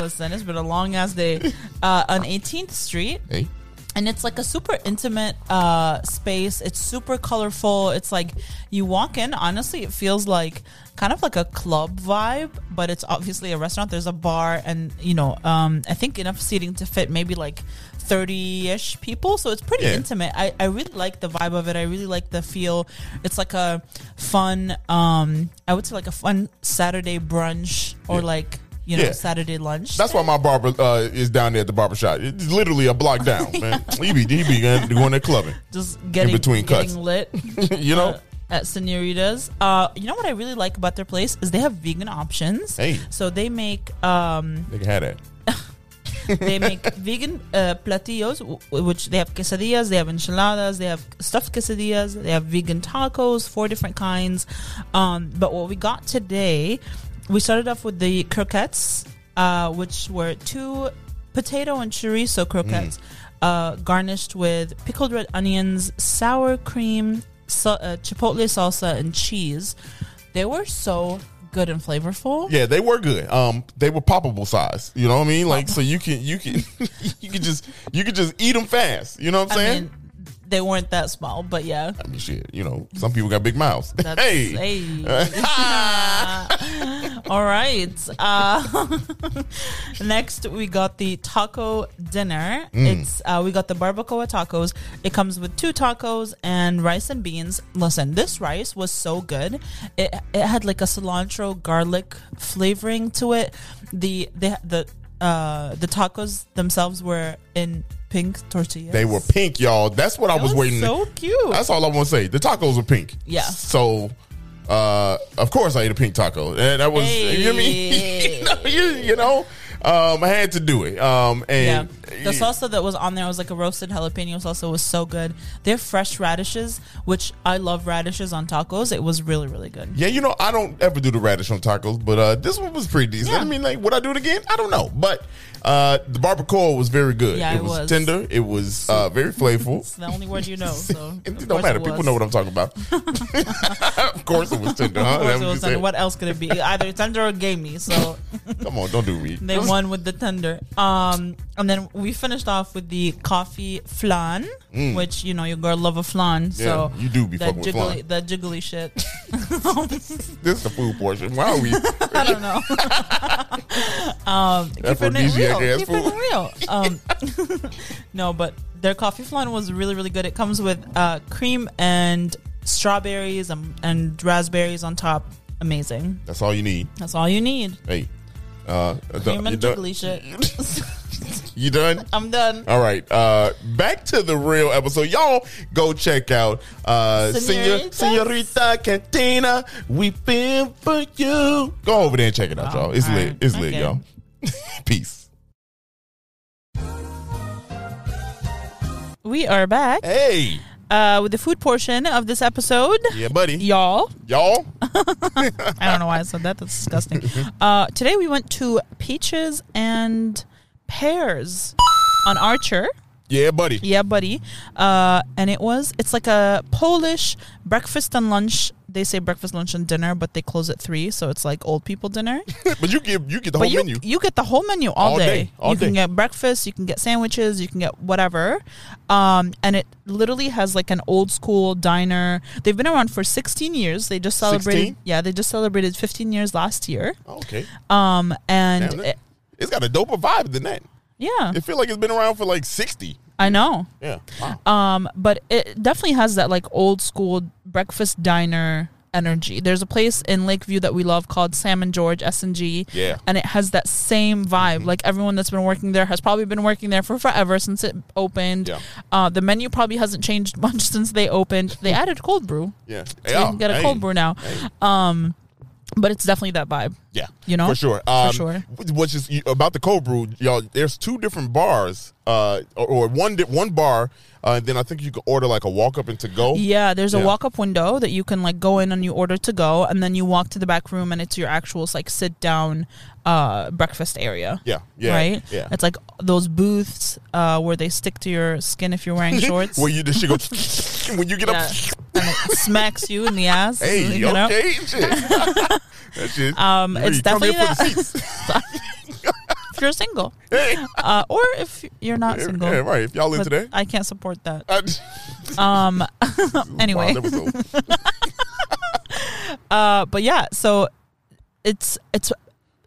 Speaker 2: Listen, it's been a long ass day. Uh, on 18th Street,
Speaker 1: Hey.
Speaker 2: and it's like a super intimate uh, space. It's super colorful. It's like you walk in. Honestly, it feels like kind of like a club vibe, but it's obviously a restaurant. There's a bar, and you know, um, I think enough seating to fit maybe like thirty ish people. So it's pretty
Speaker 1: Yeah.
Speaker 2: intimate. I I really like the vibe of it. I really like the feel. It's like a fun. Um, I would say like a fun Saturday brunch or
Speaker 1: Yeah.
Speaker 2: like you know
Speaker 1: Yeah.
Speaker 2: Saturday lunch.
Speaker 1: That's why my barber uh, is down there at the barber shop. It's literally a block down, man. He be, he be going going there clubbing,
Speaker 2: just getting
Speaker 1: between cuts.
Speaker 2: getting lit.
Speaker 1: you know?
Speaker 2: uh, at Senoritas. Uh, you know what I really like about their place is they have vegan options.
Speaker 1: Hey.
Speaker 2: So they make um,
Speaker 1: they can have that.
Speaker 2: they make vegan uh, platillos, w- w- which they have quesadillas, they have enchiladas, they have stuffed quesadillas, they have vegan tacos, four different kinds. Um, but what we got today, we started off with the croquettes, uh, which were two potato and chorizo
Speaker 1: Mm.
Speaker 2: croquettes, uh, garnished with pickled red onions, sour cream, so, uh, chipotle salsa, and cheese. They were so good and flavorful.
Speaker 1: Yeah, they were good. Um, they were poppable size. You know what I mean? Like, so you can you can you can just you can just eat them fast. You know what I'm
Speaker 2: I
Speaker 1: saying?
Speaker 2: mean, they weren't that small, but yeah.
Speaker 1: I mean, shit, you know, some people got big mouths.
Speaker 2: That's,
Speaker 1: hey,
Speaker 2: hey. All right. Uh, next, we got the taco dinner.
Speaker 1: Mm.
Speaker 2: It's uh, we got the barbacoa tacos. It comes with two tacos and rice and beans. Listen, this rice was so good. It it had like a cilantro garlic flavoring to it. The the the uh, the tacos themselves were in pink tortillas.
Speaker 1: They were pink, y'all. That's what I
Speaker 2: It
Speaker 1: was, waiting.
Speaker 2: So cute.
Speaker 1: That's all I want to say. The tacos were pink.
Speaker 2: Yeah.
Speaker 1: So, uh, of course, I ate a pink taco. And that was, you know what I mean? you know, you, you know um, I had to do it. Um,
Speaker 2: Yeah.
Speaker 1: and
Speaker 2: The salsa that was on there was like a roasted jalapeno salsa was so good. They're fresh radishes, which I love radishes on tacos. It was really, really good.
Speaker 1: Yeah, you know, I don't ever do the radish on tacos, but uh, this one was pretty decent.
Speaker 2: Yeah.
Speaker 1: I mean, like, would I do it again? I don't know, but uh, the barbacoa was very good.
Speaker 2: Yeah, it
Speaker 1: was,
Speaker 2: was.
Speaker 1: tender. It was uh, very
Speaker 2: It's
Speaker 1: flavorful.
Speaker 2: the only word you know. So
Speaker 1: It
Speaker 2: of
Speaker 1: don't
Speaker 2: course
Speaker 1: matter.
Speaker 2: it
Speaker 1: People
Speaker 2: was.
Speaker 1: know what I'm talking about. of course, it was tender. Huh?
Speaker 2: Of
Speaker 1: That was
Speaker 2: course it was
Speaker 1: you
Speaker 2: tender.
Speaker 1: said.
Speaker 2: What else could it be? Either tender or gamey. So
Speaker 1: Come on, don't do me.
Speaker 2: they won with the tender. Um, and then we finished off with the coffee flan, which you know your girl love a flan.
Speaker 1: Mm. Yeah,
Speaker 2: so
Speaker 1: you do be
Speaker 2: that
Speaker 1: fucking with
Speaker 2: jiggly,
Speaker 1: flan.
Speaker 2: that jiggly shit.
Speaker 1: This is the food portion. Why are we?
Speaker 2: I don't know. um, keeping it
Speaker 1: Aphrodisiac
Speaker 2: real.
Speaker 1: ass
Speaker 2: Keeping
Speaker 1: food.
Speaker 2: it real. Um, no, but their coffee flan was really, really good. It comes with uh, cream and strawberries and, and raspberries on top. Amazing.
Speaker 1: That's all you need.
Speaker 2: That's all you need.
Speaker 1: Hey, uh,
Speaker 2: Cream
Speaker 1: you
Speaker 2: and
Speaker 1: done?
Speaker 2: jiggly shit.
Speaker 1: You done?
Speaker 2: I'm done.
Speaker 1: All right, uh, back to the real episode. Y'all go check out uh, Senor,
Speaker 2: Senorita.
Speaker 1: Senorita Cantina. We been for you. Go over there and check it out,
Speaker 2: Wow.
Speaker 1: y'all. It's
Speaker 2: All
Speaker 1: lit.
Speaker 2: right.
Speaker 1: It's lit,
Speaker 2: Oh, Okay.
Speaker 1: y'all. Peace.
Speaker 2: We are back
Speaker 1: Hey,
Speaker 2: uh, with the food portion of this episode.
Speaker 1: yeah, buddy.
Speaker 2: Y'all,
Speaker 1: Y'all,
Speaker 2: I don't know why I said that. That's disgusting. Uh, today we went to peaches and pears on Archer.
Speaker 1: yeah, buddy.
Speaker 2: Yeah, buddy. Uh, and it was it's like a Polish breakfast and lunch. They say breakfast, lunch, and dinner, but they close at three, so it's like old people dinner.
Speaker 1: but you get you get the
Speaker 2: but
Speaker 1: whole
Speaker 2: you
Speaker 1: menu.
Speaker 2: you get the whole menu all,
Speaker 1: All
Speaker 2: day.
Speaker 1: day, all
Speaker 2: you can
Speaker 1: day.
Speaker 2: get breakfast, you can get sandwiches, you can get whatever. Um, and it literally has like an old school diner. They've been around for sixteen years. They just celebrated
Speaker 1: 16?
Speaker 2: yeah, they just celebrated fifteen years last year.
Speaker 1: okay,
Speaker 2: Um, and
Speaker 1: Damn,
Speaker 2: it-
Speaker 1: it, has got a doper vibe than that.
Speaker 2: yeah,
Speaker 1: It feel like it's been around for like sixty.
Speaker 2: I know.
Speaker 1: Yeah, wow.
Speaker 2: Um, but it definitely has that like old school breakfast diner energy. There's a place in Lakeview that we love called Sam and George S and G.
Speaker 1: Yeah. Mm-hmm.
Speaker 2: and it has that same vibe. Like everyone that's been working there has probably been working there for forever since it opened.
Speaker 1: Yeah.
Speaker 2: Uh, the menu probably hasn't changed much since they opened. They added cold brew.
Speaker 1: yeah.
Speaker 2: So you can get a
Speaker 1: Hey.
Speaker 2: cold brew now. Um, but it's definitely that vibe.
Speaker 1: Yeah,
Speaker 2: You know?
Speaker 1: for sure.
Speaker 2: For
Speaker 1: Um,
Speaker 2: sure.
Speaker 1: Which is you- about the cold brew, y'all. There's two different bars, uh, or, or one di- one bar. Uh, then I think you can order like a walk up and to go.
Speaker 2: Yeah, there's
Speaker 1: Yeah.
Speaker 2: a walk up window that you can like go in and you order to go, and then you walk to the back room and it's your actual like sit down uh, breakfast area.
Speaker 1: Yeah, yeah,
Speaker 2: Right?
Speaker 1: yeah.
Speaker 2: It's like those booths uh, where they stick to your skin if you're wearing shorts.
Speaker 1: Where you just she goes when you get
Speaker 2: Yeah.
Speaker 1: up.
Speaker 2: and it smacks you in the ass.
Speaker 1: Hey,
Speaker 2: you know?
Speaker 1: okay, shit. that shit.
Speaker 2: Um,
Speaker 1: You
Speaker 2: it's
Speaker 1: come here
Speaker 2: definitely
Speaker 1: for the
Speaker 2: that-
Speaker 1: seats.
Speaker 2: If you're single.
Speaker 1: Hey,
Speaker 2: Uh, or if you're not
Speaker 1: yeah,
Speaker 2: single.
Speaker 1: yeah, right. If y'all
Speaker 2: But
Speaker 1: into that,
Speaker 2: I can't support that.
Speaker 1: I-
Speaker 2: Um, anyway.
Speaker 1: Wow, that was dope.
Speaker 2: Uh, but yeah, so it's it's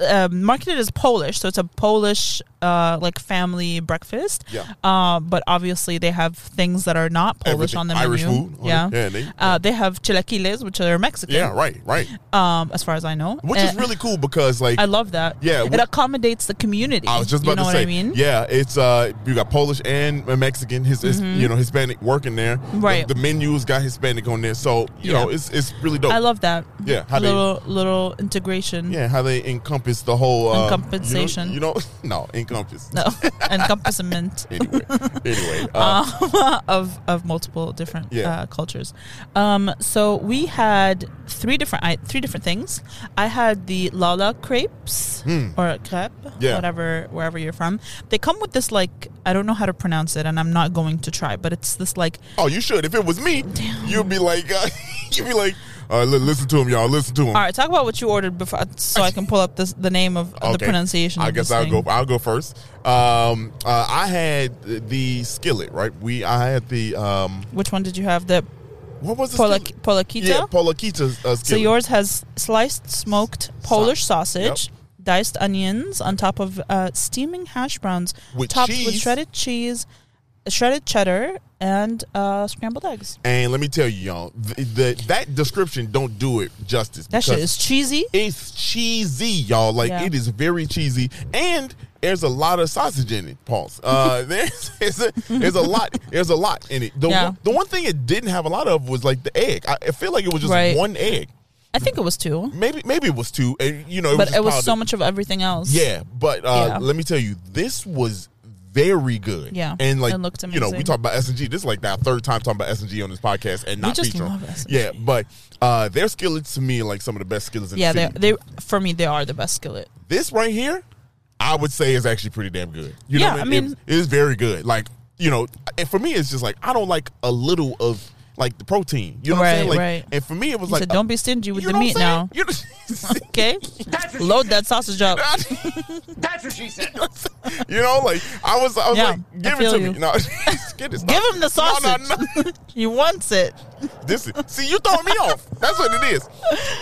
Speaker 2: um, marketed as Polish, so it's a Polish uh, like family breakfast.
Speaker 1: Yeah.
Speaker 2: Uh, but obviously they have things that are not Polish
Speaker 1: Everything.
Speaker 2: on the
Speaker 1: Irish
Speaker 2: menu.
Speaker 1: food. Oh,
Speaker 2: Yeah.
Speaker 1: yeah, they-
Speaker 2: uh, they have chilaquiles, which are Mexican.
Speaker 1: yeah, right, right.
Speaker 2: Um, as far as I know,
Speaker 1: Which is
Speaker 2: Uh,
Speaker 1: really cool because like
Speaker 2: I love that.
Speaker 1: Yeah,
Speaker 2: It
Speaker 1: wh-
Speaker 2: accommodates the community.
Speaker 1: I was just about
Speaker 2: you know
Speaker 1: to
Speaker 2: what
Speaker 1: say.
Speaker 2: I mean.
Speaker 1: Yeah, it's uh, you got Polish and Mexican. His, his you know, Hispanic working there.
Speaker 2: Mm-hmm. Right.
Speaker 1: The, the menus got Hispanic on there, so you
Speaker 2: Yeah.
Speaker 1: know, it's it's really dope.
Speaker 2: I love that.
Speaker 1: Yeah, how they-
Speaker 2: little little integration.
Speaker 1: yeah, how they encompass the whole uh,
Speaker 2: Encompassation.
Speaker 1: You know, you know no, encompass.
Speaker 2: No, encompassment.
Speaker 1: Anyway, anyway, uh,
Speaker 2: of of multiple different
Speaker 1: Yeah.
Speaker 2: uh, cultures. Um, so we had three different I, three different things. I had the lala crepes or crepe,
Speaker 1: Hmm. Yeah.
Speaker 2: whatever wherever you're from. They come with this like I don't know how to pronounce it, and I'm not going to try, but it's this like
Speaker 1: oh, you should. If it was me, you'd be like, uh, you'd be like, all right, li- listen to him, y'all. Listen to him.
Speaker 2: all right. Talk about what you ordered before, so I can pull up this the name of the pronunciation.
Speaker 1: I
Speaker 2: of
Speaker 1: guess
Speaker 2: this
Speaker 1: I'll
Speaker 2: thing.
Speaker 1: go. I'll go first. Um, uh, I had the skillet. Right. We. I had the. Um,
Speaker 2: Which one did you have? The
Speaker 1: What was it?
Speaker 2: Polak- Polakita.
Speaker 1: Yeah, Polakita's uh,
Speaker 2: So
Speaker 1: skillet.
Speaker 2: yours has sliced smoked Polish sausage, diced onions on top of uh, steaming hash browns,
Speaker 1: With
Speaker 2: topped with
Speaker 1: cheese.
Speaker 2: shredded cheese, shredded cheddar, and uh, scrambled eggs.
Speaker 1: And let me tell you, y'all, th- the, that description don't do it justice.
Speaker 2: That shit
Speaker 1: because
Speaker 2: is cheesy.
Speaker 1: It's cheesy, y'all. Like
Speaker 2: Yeah.
Speaker 1: it is very cheesy, and there's a lot of sausage in it. Pause. Uh, there's there's a, there's a lot there's a lot in it. The
Speaker 2: Yeah.
Speaker 1: one, the one thing it didn't have a lot of was like the egg. I, I feel like it was just
Speaker 2: Right.
Speaker 1: one egg.
Speaker 2: I think it was two,
Speaker 1: Maybe maybe it was two. And you know, it
Speaker 2: but
Speaker 1: was
Speaker 2: it was
Speaker 1: just
Speaker 2: so
Speaker 1: piled up.
Speaker 2: much of everything else.
Speaker 1: Yeah, but uh,
Speaker 2: Yeah.
Speaker 1: let me tell you, this was very good.
Speaker 2: Yeah,
Speaker 1: and like
Speaker 2: it looked
Speaker 1: you know, we
Speaker 2: amazing.
Speaker 1: talk about S and G. This is like our third time talking about S and G on this podcast, and not
Speaker 2: just
Speaker 1: feature 'em.
Speaker 2: love S&G.
Speaker 1: Yeah, but uh, their skillets to me are like some of the best skillets in
Speaker 2: yeah.
Speaker 1: the
Speaker 2: They,
Speaker 1: city.
Speaker 2: they for me they are the best skillet.
Speaker 1: this right here, I would say is actually pretty damn good. You
Speaker 2: Yeah,
Speaker 1: know, what
Speaker 2: I
Speaker 1: It-
Speaker 2: mean-
Speaker 1: it is very good. Like you know, and for me, it's just like I don't like a little of. Like the protein, you know what I'm saying?
Speaker 2: Right,
Speaker 1: Like,
Speaker 2: right.
Speaker 1: And for me, it was
Speaker 2: You
Speaker 1: like, uh,
Speaker 2: said, "Don't be stingy with
Speaker 1: you
Speaker 2: the
Speaker 1: know what
Speaker 2: meat
Speaker 1: I'm
Speaker 2: now."
Speaker 1: saying? You-
Speaker 2: Okay, load that sausage up.
Speaker 4: That's what she said.
Speaker 1: You know, like I was, I was
Speaker 2: Yeah,
Speaker 1: like, give
Speaker 2: I
Speaker 1: it
Speaker 2: feel
Speaker 1: to
Speaker 2: you.
Speaker 1: me. No, get it.
Speaker 2: Give
Speaker 1: No,
Speaker 2: him the
Speaker 1: no,
Speaker 2: sausage.
Speaker 1: no.
Speaker 2: he wants it.
Speaker 1: This is see, you throwing me off. That's what it is.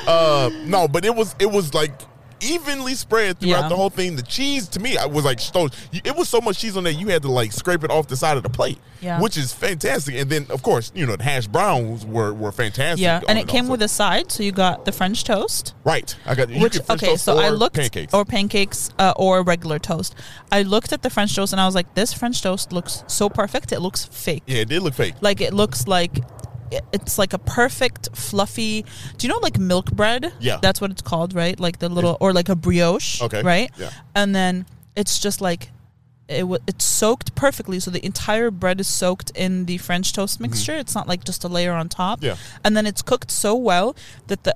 Speaker 1: Uh, no, but it was, it was like evenly spread throughout
Speaker 2: Yeah.
Speaker 1: the whole thing. The cheese to me, I was like, stole. you- It was so much cheese on there, you had to like scrape it off the side of the plate,
Speaker 2: Yeah.
Speaker 1: which is fantastic. And then, of course, you know, the hash browns were were fantastic.
Speaker 2: Yeah,
Speaker 1: on
Speaker 2: and it came
Speaker 1: also.
Speaker 2: with a side, so you got the French toast.
Speaker 1: right. I got you
Speaker 2: Which
Speaker 1: get French
Speaker 2: okay,
Speaker 1: toast
Speaker 2: so I
Speaker 1: or
Speaker 2: looked
Speaker 1: pancakes.
Speaker 2: or pancakes uh, or regular toast. I looked at the French toast and I was like, this French toast looks so perfect. It looks fake.
Speaker 1: yeah, it did look fake.
Speaker 2: Like it looks like it- it's like a perfect fluffy. Do you know like milk bread?
Speaker 1: Yeah.
Speaker 2: that's what it's called, right? Like the little or like a brioche.
Speaker 1: Okay,
Speaker 2: right.
Speaker 1: yeah.
Speaker 2: and then it's just like. It w- it's soaked perfectly, so the entire bread is soaked in the French toast mixture. It's not like just a layer on top.
Speaker 1: Mm-hmm. Yeah.
Speaker 2: and then it's cooked so well that the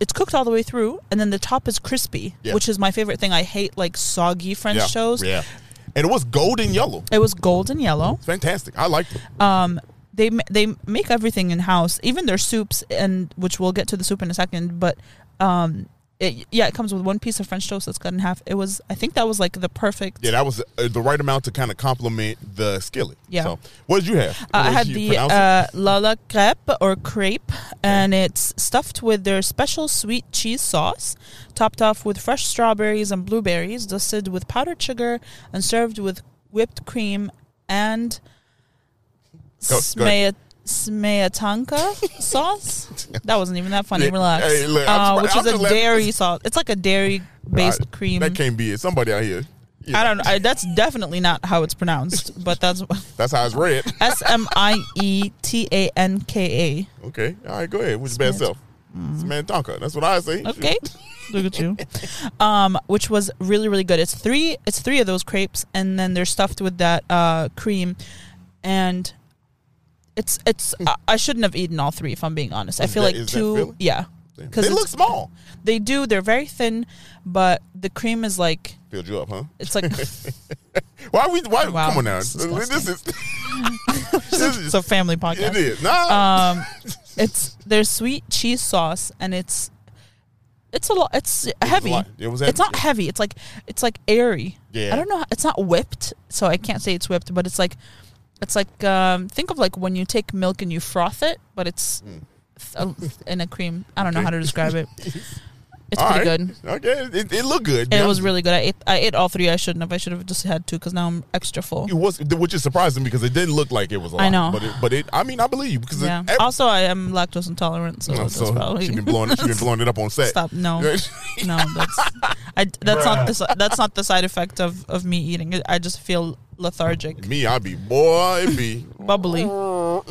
Speaker 2: it's cooked all the way through, and then the top is crispy,
Speaker 1: Yeah.
Speaker 2: which is my favorite thing. I hate like soggy French
Speaker 1: yeah,
Speaker 2: toast.
Speaker 1: yeah, and it was golden yellow.
Speaker 2: It was golden yellow.
Speaker 1: Fantastic. I liked it.
Speaker 2: they ma- they make everything in house, even their soups, and which we'll get to the soup in a second. But um, it, yeah, it comes with one piece of French toast that's cut in half. It was I think that was like the perfect.
Speaker 1: Yeah, that was uh, the right amount to kind of complement the skillet.
Speaker 2: Yeah.
Speaker 1: So, what did you have?
Speaker 2: Uh, I
Speaker 1: What did
Speaker 2: had
Speaker 1: you
Speaker 2: the
Speaker 1: pronounce it?
Speaker 2: uh, lala crepe or crepe, and it's stuffed with their special sweet cheese sauce, topped off with fresh strawberries and blueberries, dusted with powdered sugar, and served with whipped cream and
Speaker 1: Go- go ahead.
Speaker 2: smea- smeatanka sauce. That wasn't even that funny.
Speaker 1: Yeah,
Speaker 2: Relax.
Speaker 1: hey, look, I'm
Speaker 2: uh,
Speaker 1: just-
Speaker 2: which
Speaker 1: I'm
Speaker 2: is a
Speaker 1: just laughing.
Speaker 2: dairy sauce. It's like a dairy based
Speaker 1: Alright,
Speaker 2: cream.
Speaker 1: That can't be it. Somebody out here. Yeah,
Speaker 2: I don't know. I, that's definitely not how it's pronounced, but that's
Speaker 1: That's how it's read.
Speaker 2: S M I E T A N K A.
Speaker 1: okay. All right. Go ahead. With your bad self. Smantanka. That's what I say.
Speaker 2: Okay. Mm. Look at you. Um, which was really, really good. It's three it's three of those crepes and then they're stuffed with that uh cream and it's it's I, I shouldn't have eaten all three if I'm being honest. I
Speaker 1: Is
Speaker 2: feel
Speaker 1: that-
Speaker 2: like
Speaker 1: is that
Speaker 2: two
Speaker 1: really?
Speaker 2: yeah.
Speaker 1: They
Speaker 2: it's-
Speaker 1: look small.
Speaker 2: They do, they're very thin, but the cream is like
Speaker 1: Filled you up, huh?
Speaker 2: it's like
Speaker 1: Why we? Why?
Speaker 2: Wow,
Speaker 1: come on now.
Speaker 2: this
Speaker 1: This
Speaker 2: is
Speaker 1: is. This is,
Speaker 2: it's a family podcast.
Speaker 1: it is. Nah.
Speaker 2: um it's their sweet cheese sauce and it's it's a lot it's heavy
Speaker 1: lot. It was
Speaker 2: it's
Speaker 1: heavy,
Speaker 2: not heavy it's like it's like airy
Speaker 1: Yeah.
Speaker 2: i don't know how- it's not whipped so i can't say it's whipped but it's like it's like um think of like when you take milk and you froth it but it's
Speaker 1: Hmm.
Speaker 2: th- in a cream i don't know how to describe it it's
Speaker 1: All
Speaker 2: pretty
Speaker 1: right.
Speaker 2: good
Speaker 1: Okay. It, it looked good.
Speaker 2: it
Speaker 1: Now,
Speaker 2: was really good i ate i ate all three i shouldn't have i should have just had two because now i'm extra full
Speaker 1: It was, which is surprising because it didn't look like it was. A lot,
Speaker 2: I know.
Speaker 1: but it, but it. I mean, I believe you because
Speaker 2: yeah
Speaker 1: it, ev-
Speaker 2: also i am lactose intolerant so,
Speaker 1: No,
Speaker 2: that's
Speaker 1: so
Speaker 2: probably
Speaker 1: she been blowing she been blowing it up on set.
Speaker 2: Stop. No. no, that's I, that's not the si- that's not the side effect of of me eating. it. I just feel lethargic,
Speaker 1: Me, I be boy, it be
Speaker 2: bubbly.
Speaker 1: no.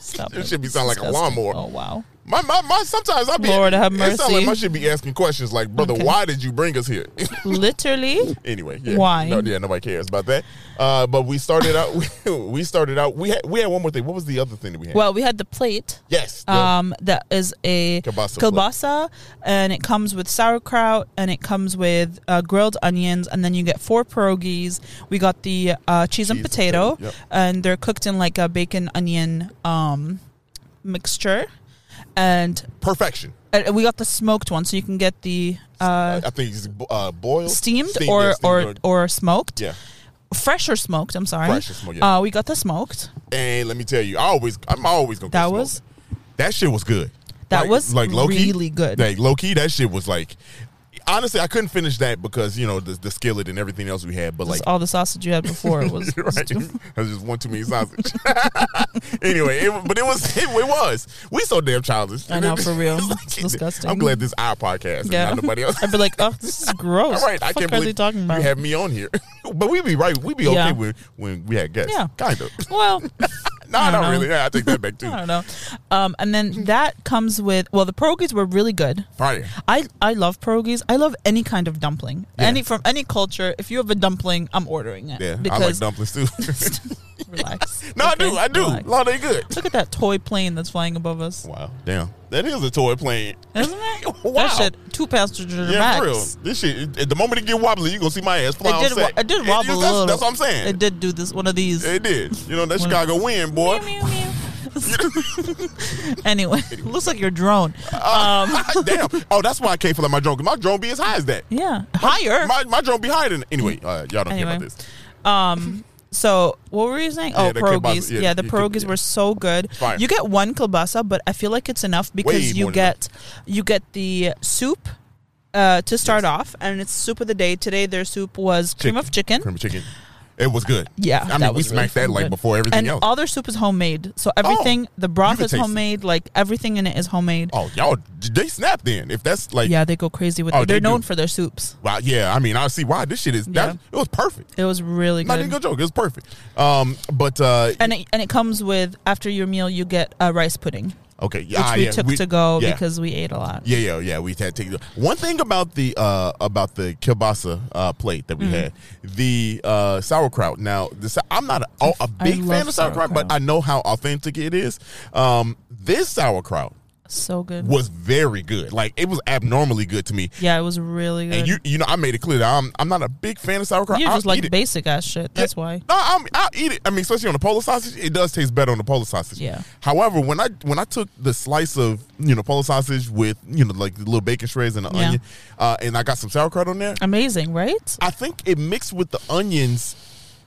Speaker 2: Stop
Speaker 1: It should be sound like a
Speaker 2: Disgusting.
Speaker 1: lawnmower.
Speaker 2: Oh wow.
Speaker 1: My, my, my, sometimes I be.
Speaker 2: Lord have
Speaker 1: It sound like
Speaker 2: mercy.
Speaker 1: I should be asking questions like, brother,
Speaker 2: Okay.
Speaker 1: why did you bring us here?
Speaker 2: Literally,
Speaker 1: anyway, yeah.
Speaker 2: Why?
Speaker 1: No, yeah, nobody cares about that. Uh, but we started out. We, we started out. We had we had one more thing. What was the other thing that we had?
Speaker 2: well, we had the plate.
Speaker 1: yes, the-
Speaker 2: Um, that is a
Speaker 1: Kielbasa plate.
Speaker 2: kielbasa, and it comes with sauerkraut, and it comes with uh, grilled onions, and then you get four pierogies. We got the uh, cheese, and
Speaker 1: Cheese and
Speaker 2: potato,
Speaker 1: potato, yep.
Speaker 2: and they're cooked in like a bacon onion um, mixture, and
Speaker 1: perfection.
Speaker 2: Uh, we got the smoked one, so you can get the uh,
Speaker 1: I think it's uh, boiled,
Speaker 2: steamed,
Speaker 1: Steamed,
Speaker 2: or,
Speaker 1: yeah, steamed
Speaker 2: or or smoked.
Speaker 1: yeah,
Speaker 2: fresh or smoked. I'm sorry.
Speaker 1: Fresh or smoked, yeah.
Speaker 2: Uh, we got the smoked.
Speaker 1: And let me tell you, I always, I'm always gonna.
Speaker 2: That
Speaker 1: get
Speaker 2: was-
Speaker 1: smoked. that shit was good.
Speaker 2: That
Speaker 1: Like-
Speaker 2: was
Speaker 1: like low-key,
Speaker 2: really good.
Speaker 1: Like low key, that shit was like. Honestly, I couldn't finish that because you know the, the skillet and everything else we had, but like
Speaker 2: Just all the sausage you had before was, was
Speaker 1: right,
Speaker 2: too-
Speaker 1: that's just one too many sausage. anyway, it, but it was it, it was we so damn childish.
Speaker 2: I know, for real.
Speaker 1: It's
Speaker 2: It's disgusting.
Speaker 1: I'm glad this our podcast, and
Speaker 2: Yeah.
Speaker 1: not nobody else.
Speaker 2: I'd be like, oh, this is gross.
Speaker 1: All right,
Speaker 2: What
Speaker 1: I
Speaker 2: the
Speaker 1: can't
Speaker 2: fuck are
Speaker 1: believe
Speaker 2: they talking about?
Speaker 1: you have me on here. but we be right. We be okay
Speaker 2: Yeah.
Speaker 1: when when we had guests.
Speaker 2: Yeah.
Speaker 1: kind of.
Speaker 2: well,
Speaker 1: No,
Speaker 2: I don't
Speaker 1: not
Speaker 2: know.
Speaker 1: really. Yeah, I take that back too.
Speaker 2: I don't know. Um, and then that comes with well, the pierogies were really good.
Speaker 1: Fire.
Speaker 2: I I love pierogies. I love any kind of dumpling.
Speaker 1: Yeah.
Speaker 2: Any from any culture. If you have a dumpling, I'm ordering it.
Speaker 1: Yeah, I like
Speaker 2: because
Speaker 1: dumplings too.
Speaker 2: relax.
Speaker 1: no, I
Speaker 2: okay?
Speaker 1: do. I do.
Speaker 2: Relax.
Speaker 1: Lord, they good.
Speaker 2: Look at that toy plane that's flying above us.
Speaker 1: Wow, damn. That is a toy plane.
Speaker 2: Isn't it?
Speaker 1: Wow.
Speaker 2: That shit, two passenger
Speaker 1: Yeah,
Speaker 2: max.
Speaker 1: for real. This shit. At the moment it get wobbly, you gonna see my ass fly
Speaker 2: It
Speaker 1: off
Speaker 2: did. Wo-
Speaker 1: set.
Speaker 2: it did
Speaker 1: It-
Speaker 2: wobble a
Speaker 1: that's,
Speaker 2: little.
Speaker 1: That's what I'm saying.
Speaker 2: It did do this. One of these.
Speaker 1: It did. You know that
Speaker 2: When-
Speaker 1: Chicago win, boy.
Speaker 2: Meow, meow, meow. anyway, looks like your drone.
Speaker 1: Uh,
Speaker 2: Um,
Speaker 1: Damn. Oh, that's why I can't fill out my drone. 'cause My drone be as high as that.
Speaker 2: yeah, higher.
Speaker 1: My my drone be higher than anyway. Uh, y'all don't care
Speaker 2: Anyway.
Speaker 1: about this.
Speaker 2: Um, so what were you saying?
Speaker 1: Yeah,
Speaker 2: oh,
Speaker 1: the kielbasa.
Speaker 2: pierogies.
Speaker 1: Yeah,
Speaker 2: Yeah, the
Speaker 1: you could-
Speaker 2: pierogies
Speaker 1: yeah.
Speaker 2: were so good.
Speaker 1: Fire.
Speaker 2: You get one kielbasa, but I feel like it's enough because
Speaker 1: Way more
Speaker 2: you
Speaker 1: than enough.
Speaker 2: get you get the soup uh, to start off, and it's soup of the day. Today their soup was cream of chicken.
Speaker 1: Cream of chicken. It was good.
Speaker 2: Yeah,
Speaker 1: I mean,
Speaker 2: that
Speaker 1: we
Speaker 2: was really
Speaker 1: smacked that
Speaker 2: fucking
Speaker 1: like
Speaker 2: good.
Speaker 1: before everything
Speaker 2: and
Speaker 1: else.
Speaker 2: all their soup is homemade. So everything, the broth
Speaker 1: can
Speaker 2: is
Speaker 1: taste it.
Speaker 2: homemade. Like everything in it is homemade.
Speaker 1: oh, y'all, they snapped in. If that's like, yeah,
Speaker 2: Yeah, they go crazy with
Speaker 1: Oh,
Speaker 2: it. They're
Speaker 1: they do.
Speaker 2: known for their soups.
Speaker 1: wow, yeah. I mean, I see why this shit is. That, it was perfect.
Speaker 2: It was really
Speaker 1: Not
Speaker 2: good.
Speaker 1: even a joke. It was perfect. Um, but uh,
Speaker 2: and it, and it comes with after your meal you get a rice pudding,
Speaker 1: okay, yeah,
Speaker 2: which
Speaker 1: ah,
Speaker 2: we
Speaker 1: yeah,
Speaker 2: took to go
Speaker 1: yeah.
Speaker 2: because we ate a lot.
Speaker 1: Yeah, yeah, yeah. We had taken one thing about the uh about the kielbasa uh, plate that we
Speaker 2: Mm-hmm.
Speaker 1: had the uh sauerkraut. Now, this I'm not a, oh, a
Speaker 2: I
Speaker 1: big
Speaker 2: love
Speaker 1: fan of sauerkraut, but
Speaker 2: sauerkraut.
Speaker 1: I know how authentic it is. Um, this sauerkraut
Speaker 2: So good.
Speaker 1: was very good. Like it was abnormally good to me.
Speaker 2: Yeah, it was really good.
Speaker 1: And you, you know, I made it clear that I'm I'm not a big fan of sauerkraut.
Speaker 2: You
Speaker 1: I'll
Speaker 2: just like
Speaker 1: eat it.
Speaker 2: basic ass shit. That's why.
Speaker 1: No, I'm, I'll eat it. I mean, especially on the Polish sausage, it does taste better on the Polish sausage.
Speaker 2: Yeah.
Speaker 1: However, when I when I took the slice of you know Polish sausage with you know like the little bacon shreds and the
Speaker 2: Yeah.
Speaker 1: onion, uh, and I got some sauerkraut on there,
Speaker 2: Amazing, right?
Speaker 1: I think it mixed with the onions.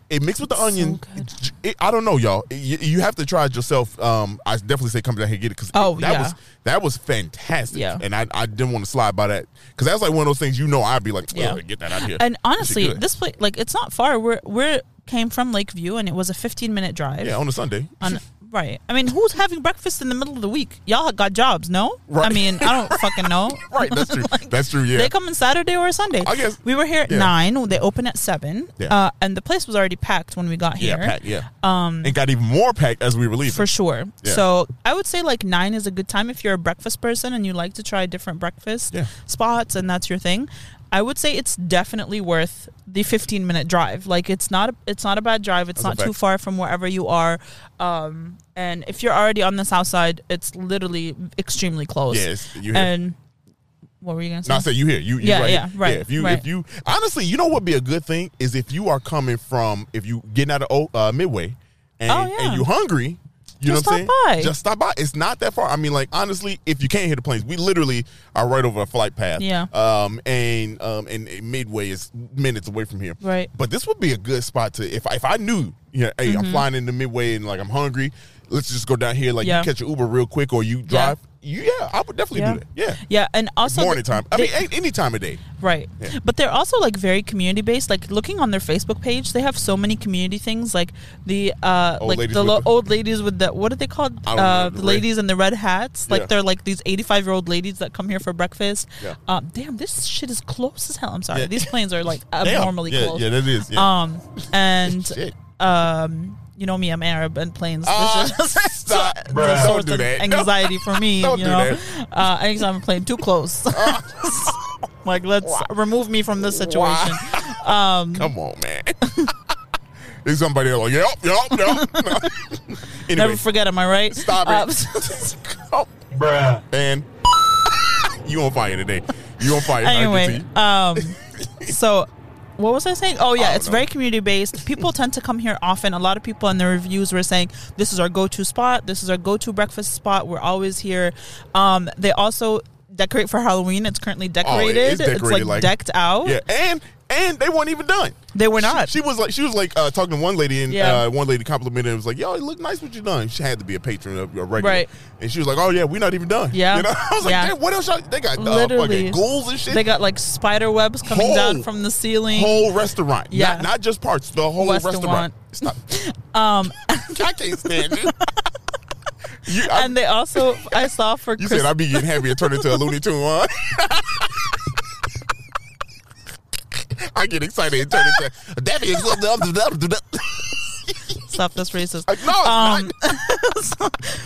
Speaker 1: It mixed with the onion.
Speaker 2: good.
Speaker 1: it- it- I don't know, y'all. You, you have to try it yourself. Um, I definitely say come down here and get it because
Speaker 2: Oh,
Speaker 1: that
Speaker 2: yeah.
Speaker 1: was that was fantastic.
Speaker 2: Yeah.
Speaker 1: And I, I didn't want to slide by that because that's like one of those things you know I'd be like,
Speaker 2: Yeah.
Speaker 1: "Ugh, get that out of here.
Speaker 2: And
Speaker 1: This shit
Speaker 2: honestly,
Speaker 1: good."
Speaker 2: this place like it's not far. We're we're came from Lakeview and it was a 15 minute drive.
Speaker 1: yeah on a Sunday.
Speaker 2: On- right. I mean, who's having breakfast in the middle of the week? Y'all got jobs, no?
Speaker 1: Right.
Speaker 2: I mean, I don't fucking know.
Speaker 1: right, that's true. that's true. Yeah.
Speaker 2: They come on Saturday or Sunday.
Speaker 1: I guess-
Speaker 2: we were here at
Speaker 1: yeah.
Speaker 2: nine. They open at seven,
Speaker 1: Yeah.
Speaker 2: uh, and the place was already packed when we got
Speaker 1: Yeah,
Speaker 2: here.
Speaker 1: packed. Yeah, um, it got even more packed as we were leaving.
Speaker 2: For sure.
Speaker 1: Yeah.
Speaker 2: So I would say like nine is a good time if you're a breakfast person and you like to try different breakfast
Speaker 1: Yeah.
Speaker 2: spots and that's your thing. I would say it's definitely worth the 15 minute drive. Like it's not a, it's not a bad drive. It's
Speaker 1: That's a
Speaker 2: not too
Speaker 1: fact.
Speaker 2: far from wherever you are. Um, and if you're already on the south side, it's literally extremely close.
Speaker 1: Yeah, it's- you hear.
Speaker 2: And what were you gonna say?
Speaker 1: No, I said you here. You, you
Speaker 2: Yeah,
Speaker 1: right
Speaker 2: yeah,
Speaker 1: here.
Speaker 2: right,
Speaker 1: If you, if
Speaker 2: right.
Speaker 1: you, honestly, you know what would be a good thing is if you are coming from, if you getting out of O- uh, Midway, and
Speaker 2: Oh, yeah.
Speaker 1: and you hungry, you
Speaker 2: Just
Speaker 1: know what I'm
Speaker 2: stop
Speaker 1: saying?
Speaker 2: by.
Speaker 1: Just stop by. It's not that far. I mean, like honestly, if you can't hear the planes, we literally are right over a flight path.
Speaker 2: Yeah.
Speaker 1: Um, and um, and Midway is minutes away from here.
Speaker 2: Right.
Speaker 1: But this would be a good spot to if I- if I knew, you know, hey,
Speaker 2: Mm-hmm.
Speaker 1: I'm flying into Midway and like I'm hungry. Let's just go down here. Like
Speaker 2: Yeah.
Speaker 1: you catch an Uber real quick, or you drive. You, yeah, I would definitely
Speaker 2: yeah.
Speaker 1: do that. Yeah.
Speaker 2: Yeah, and also
Speaker 1: Morning time. I
Speaker 2: they-
Speaker 1: mean, any- any time of day.
Speaker 2: Right.
Speaker 1: Yeah.
Speaker 2: But they're also like very community based. Like looking on their Facebook page, they have so many community things like the uh
Speaker 1: Old
Speaker 2: like
Speaker 1: ladies
Speaker 2: the,
Speaker 1: with
Speaker 2: lo-
Speaker 1: the-
Speaker 2: old ladies with the what are they called?
Speaker 1: I don't know,
Speaker 2: uh
Speaker 1: the
Speaker 2: the
Speaker 1: red-
Speaker 2: ladies in the red hats. Like
Speaker 1: Yeah.
Speaker 2: they're like these 85-year-old ladies that come here for breakfast.
Speaker 1: Yeah.
Speaker 2: Um damn, this shit is close as hell. I'm sorry.
Speaker 1: Yeah.
Speaker 2: These planes are like
Speaker 1: Damn.
Speaker 2: abnormally
Speaker 1: yeah,
Speaker 2: close.
Speaker 1: Yeah, that is. Yeah.
Speaker 2: Um and
Speaker 1: Shit.
Speaker 2: um you know me, I'm Arab and planes. This
Speaker 1: Ah,
Speaker 2: is just
Speaker 1: stop,
Speaker 2: a
Speaker 1: bruh. Don't
Speaker 2: source
Speaker 1: do
Speaker 2: of
Speaker 1: that.
Speaker 2: anxiety for me.
Speaker 1: Don't
Speaker 2: you
Speaker 1: do
Speaker 2: know,
Speaker 1: that.
Speaker 2: uh, anytime I'm playing too close. like let's remove me from this situation.
Speaker 1: Come on, man. There's somebody else like, yep, yep, yep. No. anyway,
Speaker 2: Never forget, am I right?
Speaker 1: stop
Speaker 2: Uh,
Speaker 1: it. oh, bruh. And you on fire today. You on fire. I
Speaker 2: Uh, anyway,
Speaker 1: can see.
Speaker 2: um, so what was I saying? Oh yeah,
Speaker 1: don't
Speaker 2: it's
Speaker 1: know.
Speaker 2: very community based. People tend to come here often. A lot of people in the reviews were saying this is our go to spot. This is our go to breakfast spot. We're always here. Um, they also decorate for Halloween. It's currently decorated.
Speaker 1: Oh, decorated,
Speaker 2: like,
Speaker 1: like-
Speaker 2: decked out.
Speaker 1: yeah, and and they weren't even done.
Speaker 2: They were not.
Speaker 1: She, she was like, she was like uh, talking to one lady, and
Speaker 2: Yeah.
Speaker 1: uh, one lady complimented. her and was like, "Yo, it looked nice what you done." She had to be a patron of a regular,
Speaker 2: Right.
Speaker 1: and she was like, "Oh yeah, we're not even done."
Speaker 2: Yeah.
Speaker 1: you know? I was like,
Speaker 2: Yeah.
Speaker 1: "Damn, "What else? Y'all, they got uh,
Speaker 2: Literally.
Speaker 1: fucking ghouls and shit."
Speaker 2: They got like spider webs coming
Speaker 1: Whole-
Speaker 2: down from the ceiling.
Speaker 1: whole restaurant.
Speaker 2: Yeah.
Speaker 1: Not, not just parts, the whole
Speaker 2: Western
Speaker 1: restaurant.
Speaker 2: want. Um,
Speaker 1: Stop. I can't stand you. you, I,
Speaker 2: and they also, I saw for
Speaker 1: you
Speaker 2: Chris-
Speaker 1: said I'd be getting heavy and turn into a Looney Tune. Huh? I get excited and turn into. That is-
Speaker 2: stop that's racist.
Speaker 1: no, it's not.
Speaker 2: Um,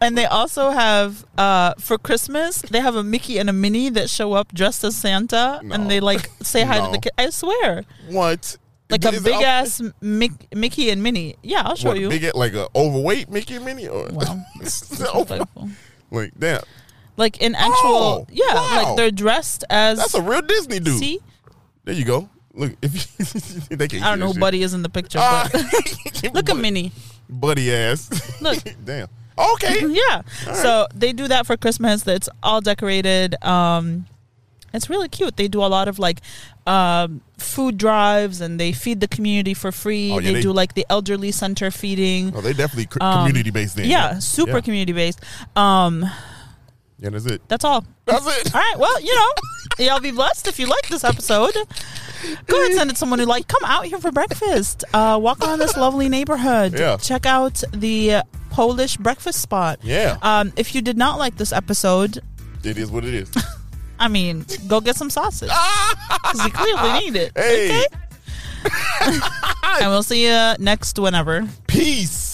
Speaker 2: and they also have uh, for Christmas they have a Mickey and a Minnie that show up dressed as Santa
Speaker 1: No.
Speaker 2: and they like say hi to
Speaker 1: No.
Speaker 2: the kid. I swear,
Speaker 1: What?
Speaker 2: like a
Speaker 1: Is it
Speaker 2: big
Speaker 1: a-
Speaker 2: ass Mick- Mickey and Minnie. Yeah, I'll show
Speaker 1: What,
Speaker 2: you.
Speaker 1: big, like a overweight Mickey and Minnie? Or,
Speaker 2: Wow.
Speaker 1: It's over- like, damn.
Speaker 2: Like in
Speaker 1: Oh,
Speaker 2: actual, yeah,
Speaker 1: wow.
Speaker 2: like they're dressed as.
Speaker 1: That's a real Disney dude.
Speaker 2: see,
Speaker 1: There you go. Look, if you, they can't
Speaker 2: I don't know who
Speaker 1: who
Speaker 2: Buddy is in the picture,
Speaker 1: Ah.
Speaker 2: but look at Minnie.
Speaker 1: buddy ass.
Speaker 2: Look.
Speaker 1: damn. Okay.
Speaker 2: Yeah. So they do that for Christmas. It's all decorated. Um, it's really cute. They do a lot of like um, food drives and they feed the community for free.
Speaker 1: Oh, yeah,
Speaker 2: they,
Speaker 1: they-
Speaker 2: do like the elderly center feeding.
Speaker 1: Oh, they definitely cr- community based then.
Speaker 2: Um, yeah, super
Speaker 1: Yeah.
Speaker 2: community based. Um,
Speaker 1: Yeah, that's it.
Speaker 2: that's all.
Speaker 1: That's it.
Speaker 2: All right. Well, you know, y'all be blessed if you like this episode. Go ahead and send it to someone who like. Come out here for breakfast. Uh, walk around this lovely neighborhood.
Speaker 1: Yeah.
Speaker 2: Check out the Polish breakfast spot.
Speaker 1: Yeah.
Speaker 2: Um, if you did not like this episode,
Speaker 1: It is what it is.
Speaker 2: I mean, go get some sausage because you clearly need it.
Speaker 1: Hey.
Speaker 2: Okay. and we'll see you next whenever.
Speaker 1: Peace.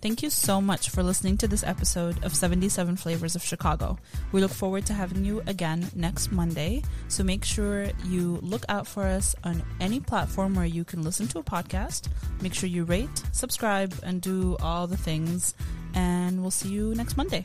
Speaker 2: Thank you so much for listening to this episode of 77 Flavors of Chicago. We look forward to having you again next Monday, so make sure you look out for us on any platform where you can listen to a podcast. Make sure you rate, subscribe, and do all the things, and we'll see you next Monday.